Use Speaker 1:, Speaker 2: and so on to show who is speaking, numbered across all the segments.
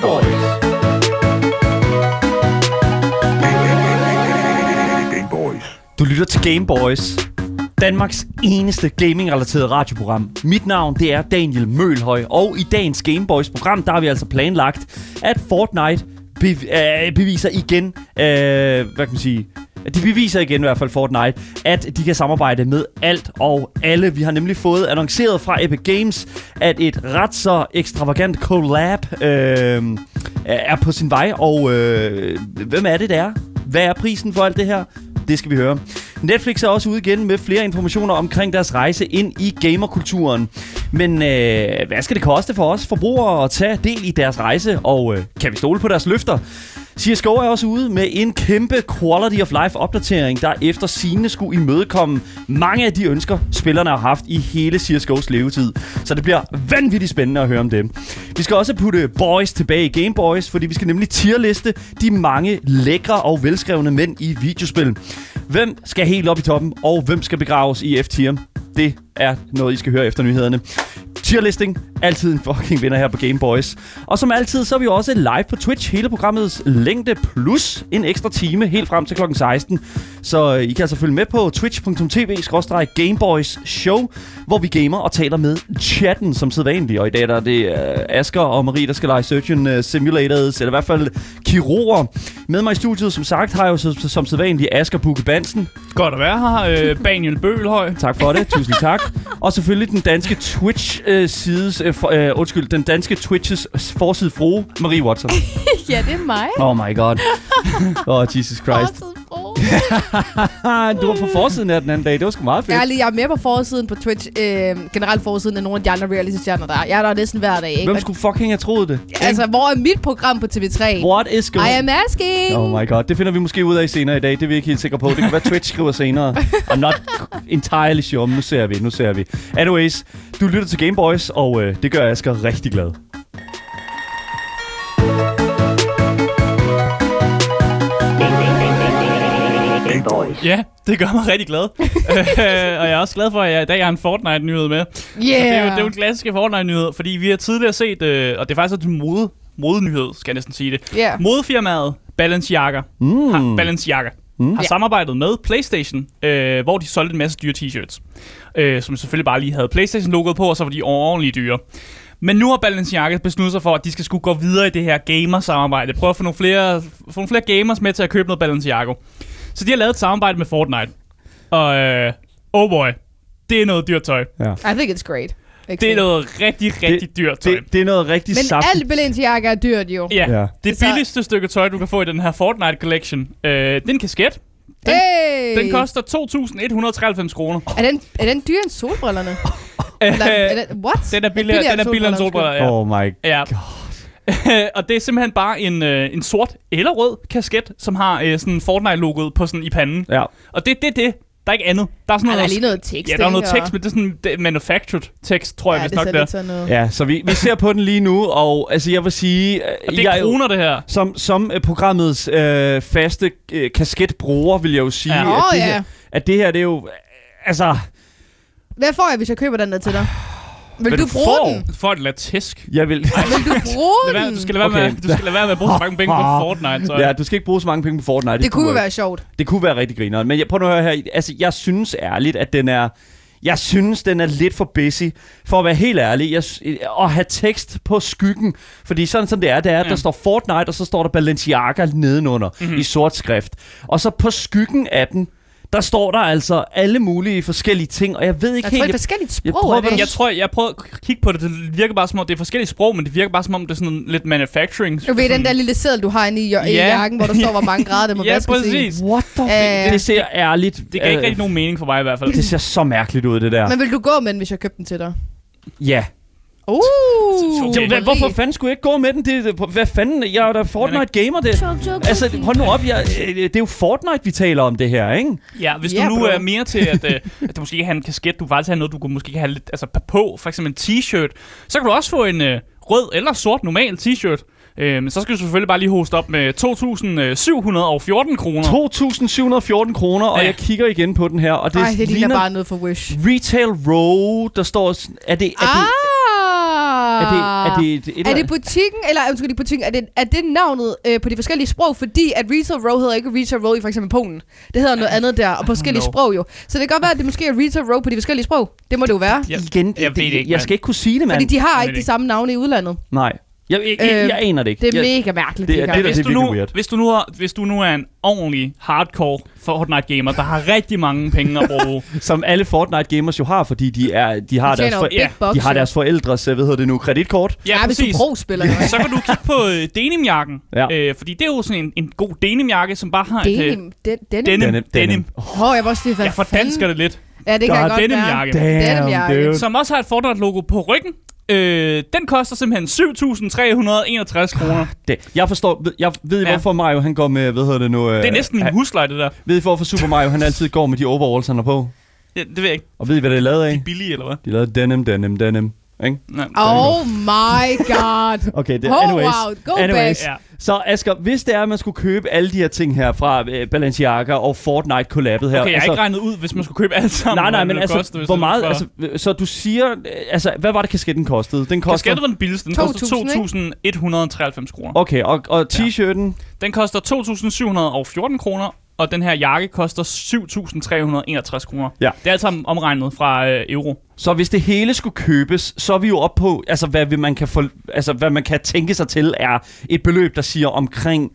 Speaker 1: Boys. Game Boys.
Speaker 2: Du lytter til Game Boys, Danmarks eneste gaming-relateret radioprogram. Mit navn, det er Daniel Mølhøj, og i dagens Game Boys program, der har vi altså planlagt, at Fortnite bev- øh, beviser igen, øh, hvad kan man sige, de beviser igen i hvert fald Fortnite, at de kan samarbejde med alt og alle. Vi har nemlig fået annonceret fra Epic Games, at et ret så ekstravagant collab øh, er på sin vej. Og øh, hvem er det, der er? Hvad er prisen for alt det her? Det skal vi høre. Netflix er også ude igen med flere informationer omkring deres rejse ind i gamerkulturen. Men øh, hvad skal det koste for os forbrugere at tage del i deres rejse, og øh, kan vi stole på deres løfter? CSGO er også ude med en kæmpe quality of life opdatering, der efter sine skulle imødekomme mange af de ønsker, spillerne har haft i hele CSGO's levetid. Så det bliver vanvittigt spændende at høre om dem. Vi skal også putte Boys tilbage i Game Boys, fordi vi skal nemlig tierliste de mange lækre og velskrevne mænd i videospil. Hvem skal helt op i toppen, og hvem skal begraves i F-tier? Det er noget, I skal høre efter nyhederne. Tierlisting, altid en fucking vinder her på Game Boys. Og som altid, så er vi jo også live på Twitch. Hele programmets længde plus en ekstra time helt frem til kl. 16. Så øh, I kan altså følge med på twitch.tv-gameboys show, hvor vi gamer og taler med chatten som sædvanligt. Og i dag der er det øh, Asger og Marie, der skal lege Surgeon øh, Simulators, eller i hvert fald kirurger. Med mig i studiet, som sagt, har jeg jo som, som sædvanligt Asger Bukke Bansen.
Speaker 3: Godt at være her, øh, Daniel Bølhøj.
Speaker 2: Tak for det. Tusind tak. Og selvfølgelig den danske Twitch øh, sides øh, for, øh, undskyld, den danske Twitches forside frue Marie Watson.
Speaker 4: Ja, det er mig.
Speaker 2: Oh my god. Oh Jesus Christ.
Speaker 4: Forsiden, bro.
Speaker 2: Ah, du var på forsiden her den anden dag. Det var sgu meget fedt.
Speaker 4: Ærligt, jeg er mere på forsiden på Twitch. Øh, generelt forsiden af nogle af de andre reality-stjerner, der er. Jeg er der næsten hver dag, ikke?
Speaker 2: Hvem skulle fucking have troet det?
Speaker 4: Og- Altså, hvor er mit program på TV3?
Speaker 2: What is going
Speaker 4: I am asking!
Speaker 2: Oh my god, det finder vi måske ud af senere i dag. Det er vi ikke helt sikre på. Det kan være, Twitch skriver senere. I'm not entirely sure. Men Nu ser vi, nu ser vi. Anyways, du lytter til Game Boys, og øh, det gør Asger rigtig glad.
Speaker 1: Game Boys.
Speaker 3: Ja, det gør mig rigtig glad. øh, og jeg er også glad for, at jeg i dag har en Fortnite-nyhed med.
Speaker 4: Yeah!
Speaker 3: Det er jo, det er jo en klassisk Fortnite-nyhed, fordi vi har tidligere set, øh, og det er faktisk også en mode, modenyhed, skal jeg næsten sige det.
Speaker 4: Ja.
Speaker 3: Modefirmaet Balenciaga, mm. har, Balenciaga mm. har samarbejdet med PlayStation, øh, hvor de solgte en masse dyre t-shirts, øh, som selvfølgelig bare lige havde PlayStation-logoet på, og så var de ordentligt dyre. Men nu har Balenciaga besluttet sig for, at de skal skulle gå videre i det her gamer-samarbejde. Prøve at få nogle flere, få nogle flere gamers med til at købe noget Balenciaga. Så de har lavet et samarbejde med Fortnite. Og øh, oh boy, det er noget dyrt tøj.
Speaker 4: I think it's great. Ikke
Speaker 3: Det er
Speaker 4: sådan.
Speaker 3: noget rigtig, rigtig det, dyrt tøj.
Speaker 2: Det, det er noget rigtig
Speaker 4: Men
Speaker 2: saft.
Speaker 4: alt Balenciaga er dyrt, jo.
Speaker 3: Ja,
Speaker 2: Ja.
Speaker 3: ja. det
Speaker 4: Så-
Speaker 3: billigste stykke tøj, du kan få i den her Fortnite Collection, øh, det er en kasket. Den-
Speaker 4: hey!
Speaker 3: Den koster 2.193 kroner.
Speaker 4: Er den, er den dyr end solbrillerne? Eller, er
Speaker 3: Øh,
Speaker 4: den, what?
Speaker 3: den er billigere, den er billigere end solbriller, ja.
Speaker 2: Oh my
Speaker 3: ja. og det er simpelthen bare en, øh, en sort eller rød kasket, som har øh, sådan Fortnite-logoet på sådan i panden.
Speaker 2: Ja.
Speaker 3: Og det er det, det. Der er ikke andet. Der er sådan
Speaker 4: Ej,
Speaker 3: noget...
Speaker 4: der er lige noget tekst,
Speaker 3: Ja, der er noget
Speaker 4: ikke?
Speaker 3: tekst, men det er sådan det er manufactured tekst, tror jeg,
Speaker 4: Ja, det
Speaker 3: hvis nok
Speaker 4: ser
Speaker 3: der.
Speaker 4: lidt sådan noget.
Speaker 2: Ja, så vi, vi ser på den lige nu, og altså jeg vil sige... øh,
Speaker 3: Og det
Speaker 2: jeg,
Speaker 3: er
Speaker 2: jo-
Speaker 3: kroner, det her.
Speaker 2: Som, som øh, programmets øh, faste øh, kasketbruger, vil jeg jo sige,
Speaker 3: Ja.
Speaker 2: at,
Speaker 4: Åh,
Speaker 2: det
Speaker 4: ja.
Speaker 2: her, at det her, det er jo... øh, Altså,
Speaker 4: Hvad får jeg, hvis jeg køber den der til dig? Vil
Speaker 2: Hvad
Speaker 4: du
Speaker 2: du
Speaker 4: bruge
Speaker 2: får?
Speaker 4: den?
Speaker 3: For et latisk.
Speaker 2: jeg vil...
Speaker 4: Vil du bruge
Speaker 3: Lad være,
Speaker 4: den?
Speaker 3: du skal lade
Speaker 2: Okay.
Speaker 3: være,
Speaker 2: Ah.
Speaker 3: med, du skal lade være med at bruge så mange penge på Fortnite. Så.
Speaker 2: Ja, du skal ikke bruge så mange penge på Fortnite.
Speaker 4: Det kunne jo
Speaker 2: duer
Speaker 4: være sjovt.
Speaker 2: ikke. Det kunne være rigtig grineren. Men jeg, prøv nu at høre her. Altså, jeg synes ærligt, at den er... Jeg synes, den er lidt for busy. For at være helt ærlig, jeg, s- at have tekst på skyggen. Fordi sådan som det er, det er, at der
Speaker 3: Ja. Mhm.
Speaker 2: står Fortnite, og så står der Balenciaga nedenunder mm-hmm. i sort skrift. Og så på skyggen af den, der står der altså alle mulige forskellige ting. Og jeg ved ikke
Speaker 4: Jeg
Speaker 2: helt...
Speaker 4: tror, det er forskelligt
Speaker 2: jeg
Speaker 4: sprog.
Speaker 2: prøver
Speaker 4: er det
Speaker 2: at-
Speaker 4: ikke?
Speaker 3: Jeg tror, jeg prøvede at kigge på det. Det virker bare som om, det er forskellige sprog, men det virker bare som om, det er sådan lidt manufacturing.
Speaker 4: Du ved, den der lille seddel, du har inde i, i
Speaker 3: Ja.
Speaker 4: jakken, hvor der står, hvor mange grader det må
Speaker 3: Ja,
Speaker 4: vaskes
Speaker 3: præcis.
Speaker 4: i.
Speaker 2: What the
Speaker 4: Øh,
Speaker 2: fuck? Det ser ærligt... øh,
Speaker 3: Det gav ikke rigtig nogen mening for mig i hvert fald.
Speaker 2: Det ser så mærkeligt ud, det der.
Speaker 4: Men vil du gå med den, hvis jeg købte den til dig?
Speaker 2: Ja.
Speaker 4: Uh,
Speaker 2: Det, hvad, hvorfor fanden skulle jeg ikke gå med den? Det, det, hvad fanden? Jeg er da Fortnite-gamer, det. Altså, hold nu op. Jeg, øh, det er jo Fortnite, vi taler om det her, ikke?
Speaker 3: Ja, hvis
Speaker 4: Ja,
Speaker 3: du nu
Speaker 4: bro.
Speaker 3: er mere til, at, øh, at du måske ikke har en kasket, du vil faktisk have noget, du kunne måske have lidt altså, på, for eksempel en t-shirt, så kan du også få en øh, rød eller sort normal t-shirt. Øh, men så skal du selvfølgelig bare lige hoste op med 2.714 kroner.
Speaker 2: 2.714 kroner, og
Speaker 3: Ja.
Speaker 2: jeg kigger igen på den her, og det,
Speaker 4: Nej, det ligner bare noget for Wish.
Speaker 2: Retail Row, der står... sådan- Er det, er
Speaker 4: Ah,
Speaker 2: det, Er det, er det et, et
Speaker 4: Er det butikken, eller undskyld, ikke butikken, er det, er det navnet øh, på de forskellige sprog, fordi at Retail Row hedder ikke Retail Row i for eksempel Polen. Det hedder noget andet der, og på forskellige
Speaker 3: know.
Speaker 4: sprog jo. Så det kan godt være, at det måske er Retail Row på de forskellige sprog. Det må det jo være.
Speaker 3: Ja.
Speaker 2: igen, det,
Speaker 3: Jeg ved det ikke,
Speaker 2: jeg
Speaker 3: mand.
Speaker 2: skal ikke kunne sige det, mand.
Speaker 4: Fordi de har
Speaker 3: Jeg
Speaker 4: ikke
Speaker 3: ved
Speaker 4: de
Speaker 3: det
Speaker 4: samme navne i udlandet.
Speaker 2: Nej. Jeg, jeg, jeg, jeg,
Speaker 4: Øh,
Speaker 2: aner det ikke.
Speaker 4: Det er
Speaker 2: jeg,
Speaker 4: mega mærkeligt.
Speaker 2: det er-
Speaker 4: de gør
Speaker 2: det er da
Speaker 3: hvis, du
Speaker 2: virkelig
Speaker 3: nu,
Speaker 2: weird.
Speaker 3: hvis, du nu er, hvis du nu er en ordentlig hardcore Fortnite gamer, der har rigtig mange penge at bruge,
Speaker 2: som alle Fortnite gamers jo har, fordi de, er, de, har,
Speaker 4: De
Speaker 2: deres
Speaker 4: tjener
Speaker 2: for,
Speaker 4: jo big bucks,
Speaker 2: de har
Speaker 4: jo.
Speaker 2: deres forældres, øh, hvad hedder det nu, kreditkort.
Speaker 4: Ja, hvis du er pro-spiller. Ja.
Speaker 3: så kan du kigge på øh, denimjakken.
Speaker 2: Ja.
Speaker 3: Øh, fordi det er jo sådan en, en god denimjakke, som bare har et, øh,
Speaker 4: Denim. Den, denim.
Speaker 2: Denim,
Speaker 3: denim. Denim.
Speaker 2: denim.
Speaker 3: denim.
Speaker 4: Åh, oh, jeg var også lige, hvad
Speaker 3: Jeg fordansker det lidt.
Speaker 4: fanden- Ja, det kan jeg
Speaker 2: God,
Speaker 4: godt
Speaker 3: denim
Speaker 4: være.
Speaker 3: jakke.
Speaker 4: Damn, dude.
Speaker 3: Som også har et Fortnite-logo på ryggen. Øh, den koster simpelthen 7.361 kroner.
Speaker 2: Det. Jeg forstår, ved- jeg ved I,
Speaker 3: Ja.
Speaker 2: hvorfor Mario han går med, hvad hedder det nu? øh,
Speaker 3: Det er næsten en husleje, det der.
Speaker 2: Ved I, hvorfor Super Mario han altid går med de overalls, han er på?
Speaker 3: Det, det ved jeg ikke.
Speaker 2: Og ved I, hvad det er lavet af?
Speaker 3: Billig, eller hvad?
Speaker 2: De lavede denim, denim, denim. Ikke?
Speaker 3: Nej.
Speaker 4: Oh my god.
Speaker 2: Okay, det er
Speaker 4: Oh,
Speaker 2: anyways.
Speaker 4: wow. Go
Speaker 2: anyways.
Speaker 3: back.
Speaker 2: Så Asger, hvis det er, at man skulle købe alle de her ting her fra øh, Balenciaga og Fortnite kollabet her.
Speaker 3: Okay, jeg har
Speaker 2: altså,
Speaker 3: ikke regnet ud, hvis man skulle købe alt sammen.
Speaker 2: Nej, nej,
Speaker 3: hvad
Speaker 2: men
Speaker 3: det
Speaker 2: altså,
Speaker 3: koster, hvis
Speaker 2: hvor
Speaker 3: det
Speaker 2: meget,
Speaker 3: var-
Speaker 2: altså, øh, så du siger, øh, altså, hvad var det, kasketten kostede? Den koster,
Speaker 3: Kasketten var den billigste. Den
Speaker 4: 2.000,
Speaker 3: koster 2.193 kroner.
Speaker 2: okay, og, og t-shirten,
Speaker 3: Den koster 2.714 kroner, og den her jakke koster 7.361 kroner.
Speaker 2: Ja.
Speaker 3: Det er alt sammen omregnet fra øh, euro.
Speaker 2: så hvis det hele skulle købes, så er vi jo oppe på, altså, hvad, vil man kan få, altså, hvad man kan tænke sig til, er et beløb, der siger omkring,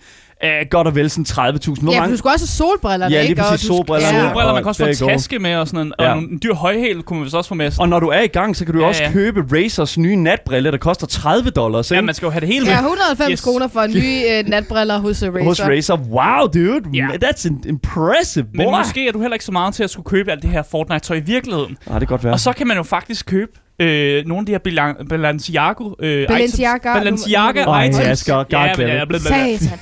Speaker 2: øh, godt og vel sådan 30.000. Hvor
Speaker 4: Ja, for
Speaker 2: mange,
Speaker 4: du skulle også have solbrillerne,
Speaker 2: Ja, lige
Speaker 4: ikke? Og
Speaker 2: præcis,
Speaker 4: du skal-
Speaker 2: solbrillerne.
Speaker 4: Ja.
Speaker 3: Solbriller, man kan
Speaker 2: og
Speaker 3: også få
Speaker 2: der
Speaker 3: en
Speaker 2: går.
Speaker 3: taske med og sådan en,
Speaker 2: Ja.
Speaker 3: og en, en dyr højhæl kunne man vist også få med. Sådan.
Speaker 2: og når du er i gang, så kan du jo
Speaker 3: Ja,
Speaker 2: også
Speaker 3: ja.
Speaker 2: købe Razers nye natbrille, der koster 30 dollars,
Speaker 3: Ja,
Speaker 2: ikke?
Speaker 3: man skal jo have det hele med.
Speaker 4: Ja, 190 yes.
Speaker 3: Yes.
Speaker 4: kroner for nye øh, natbriller hos øh, Razer.
Speaker 2: Hos Razer. Wow, dude.
Speaker 3: Ja.
Speaker 2: That's in- impressive, boy.
Speaker 3: Men måske er du heller ikke så meget til at skulle købe alt det her Fortnite-tøj i virkeligheden.
Speaker 2: Nej, Ah, det kan godt være.
Speaker 3: Og så kan man jo faktisk købe øh, nogle af de her Bilan- Balenciago øh,
Speaker 4: Balenciaga.
Speaker 3: items. Balenciaga
Speaker 2: Ej,
Speaker 3: items.
Speaker 2: Asger, god
Speaker 3: ja, men,
Speaker 2: damn
Speaker 3: ja,
Speaker 2: it.
Speaker 3: bla, bla, bla.
Speaker 4: Satan.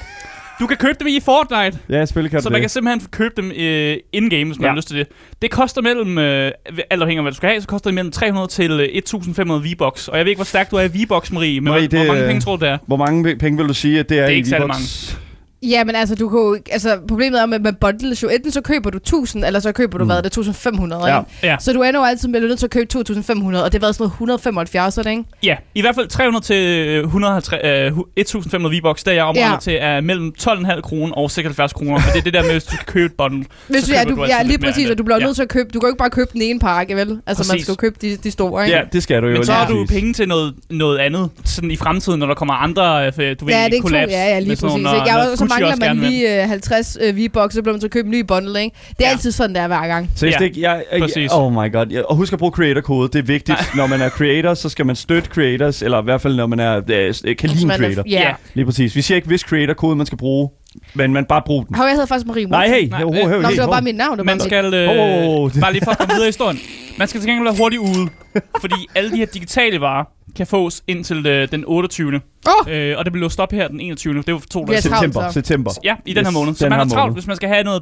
Speaker 3: Du kan købe dem i Fortnite.
Speaker 2: Ja, selvfølgelig kan
Speaker 3: Så
Speaker 2: du
Speaker 3: man
Speaker 2: det.
Speaker 3: kan simpelthen købe dem øh, in-game, hvis man
Speaker 2: Ja.
Speaker 3: ja. har lyst til det. Det koster mellem, øh, alt afhængig af hvad du skal have, så koster det mellem 300 til øh, 1500 V-Bucks. Og jeg ved ikke, hvor stærk du er i V-Bucks, Marie, men
Speaker 2: Marie, det,
Speaker 3: Marie, hvor, hvor mange
Speaker 2: øh,
Speaker 3: penge tror du, det er?
Speaker 2: Hvor mange p- penge vil du sige, at det er,
Speaker 3: Det er
Speaker 2: i
Speaker 3: ikke særlig
Speaker 2: V-Bucks?
Speaker 4: Ja, men altså, du kan jo, ikke- altså, problemet er med, med bundles jo, enten så køber du 1000, eller så køber du, mm. hvad er det, 1500,
Speaker 2: Ja.
Speaker 4: ikke?
Speaker 3: Ja.
Speaker 4: Så du ender jo altid med, at du er nødt til at købe 2500, og det har været sådan noget 175, er det, ikke?
Speaker 3: Ja, i hvert fald 300 til øh, 150, øh, hu- 1500 V-Bucks, der jeg omregner
Speaker 4: Ja.
Speaker 3: ja. til, er mellem 12,5 kroner og 76 kroner. Og det er det der med, hvis du skal købe et bundle.
Speaker 4: Hvis
Speaker 3: så
Speaker 4: du, ja,
Speaker 3: køber
Speaker 4: du,
Speaker 3: altid
Speaker 4: ja,
Speaker 3: lidt
Speaker 4: lige
Speaker 3: mere
Speaker 4: præcis,
Speaker 3: end
Speaker 4: og du bliver nødt til at købe, du kan jo ikke bare købe den ene pakke, vel? Altså, man
Speaker 3: Præcis.
Speaker 4: skal jo købe de, de store, ikke?
Speaker 2: Ja, det skal du jo.
Speaker 3: Men så
Speaker 2: lige
Speaker 3: har du
Speaker 2: præcis.
Speaker 3: penge til noget, noget andet sådan i fremtiden, når der kommer andre, øh, du ved,
Speaker 4: Ja, det er ikke to,
Speaker 3: kollaps.
Speaker 4: ja, ja, lige
Speaker 3: med sådan
Speaker 4: præcis.
Speaker 3: nogle,
Speaker 4: ikke?
Speaker 3: noget
Speaker 4: Ja, og så
Speaker 3: Gucci
Speaker 4: mangler
Speaker 3: også
Speaker 4: man
Speaker 3: gerne vil.
Speaker 4: lige øh, 50 øh, V-Bucks, så bliver man så købe en ny bundle, ikke? Det er
Speaker 3: Ja.
Speaker 4: altid sådan, der er hver gang.
Speaker 2: Seriøst,
Speaker 3: Ja,
Speaker 2: ikke? Jeg, jeg,
Speaker 3: præcis.
Speaker 2: oh my god. Ja, Og husk at bruge creator-kode. Det er vigtigt. Når man er creator, så skal man støtte creators, eller i hvert fald, når man er, øh, s- øh, kan lide en
Speaker 4: Man er-
Speaker 2: creator.
Speaker 4: Ja.
Speaker 3: Ja.
Speaker 2: Lige præcis. Vi siger ikke, hvis creator-kode man skal bruge, men man bare brug den.
Speaker 4: Hov, jeg hedder faktisk Marie
Speaker 2: Nej,
Speaker 4: Mortensen.
Speaker 2: hey.
Speaker 3: Nej,
Speaker 2: Hov,
Speaker 3: øh,
Speaker 2: hov,
Speaker 4: Nå,
Speaker 2: hov,
Speaker 4: det var bare
Speaker 2: hov.
Speaker 4: mit navn, der
Speaker 3: Man skal, øh,
Speaker 2: Åh, det-
Speaker 3: bare lige for at komme videre i historien, man skal til gengæld være hurtigt ude, fordi alle de her digitale varer kan fås indtil øh, den 28.
Speaker 4: Åh!
Speaker 3: Øh, og det bliver låst op her den 21. Det var for to dage
Speaker 4: Yes.
Speaker 3: siden.
Speaker 2: September.
Speaker 4: travlt, så.
Speaker 2: September.
Speaker 3: Ja, i den her
Speaker 2: Yes,
Speaker 3: måned. Så
Speaker 2: den
Speaker 3: man
Speaker 2: her
Speaker 3: har travlt,
Speaker 2: måned.
Speaker 3: hvis man skal have noget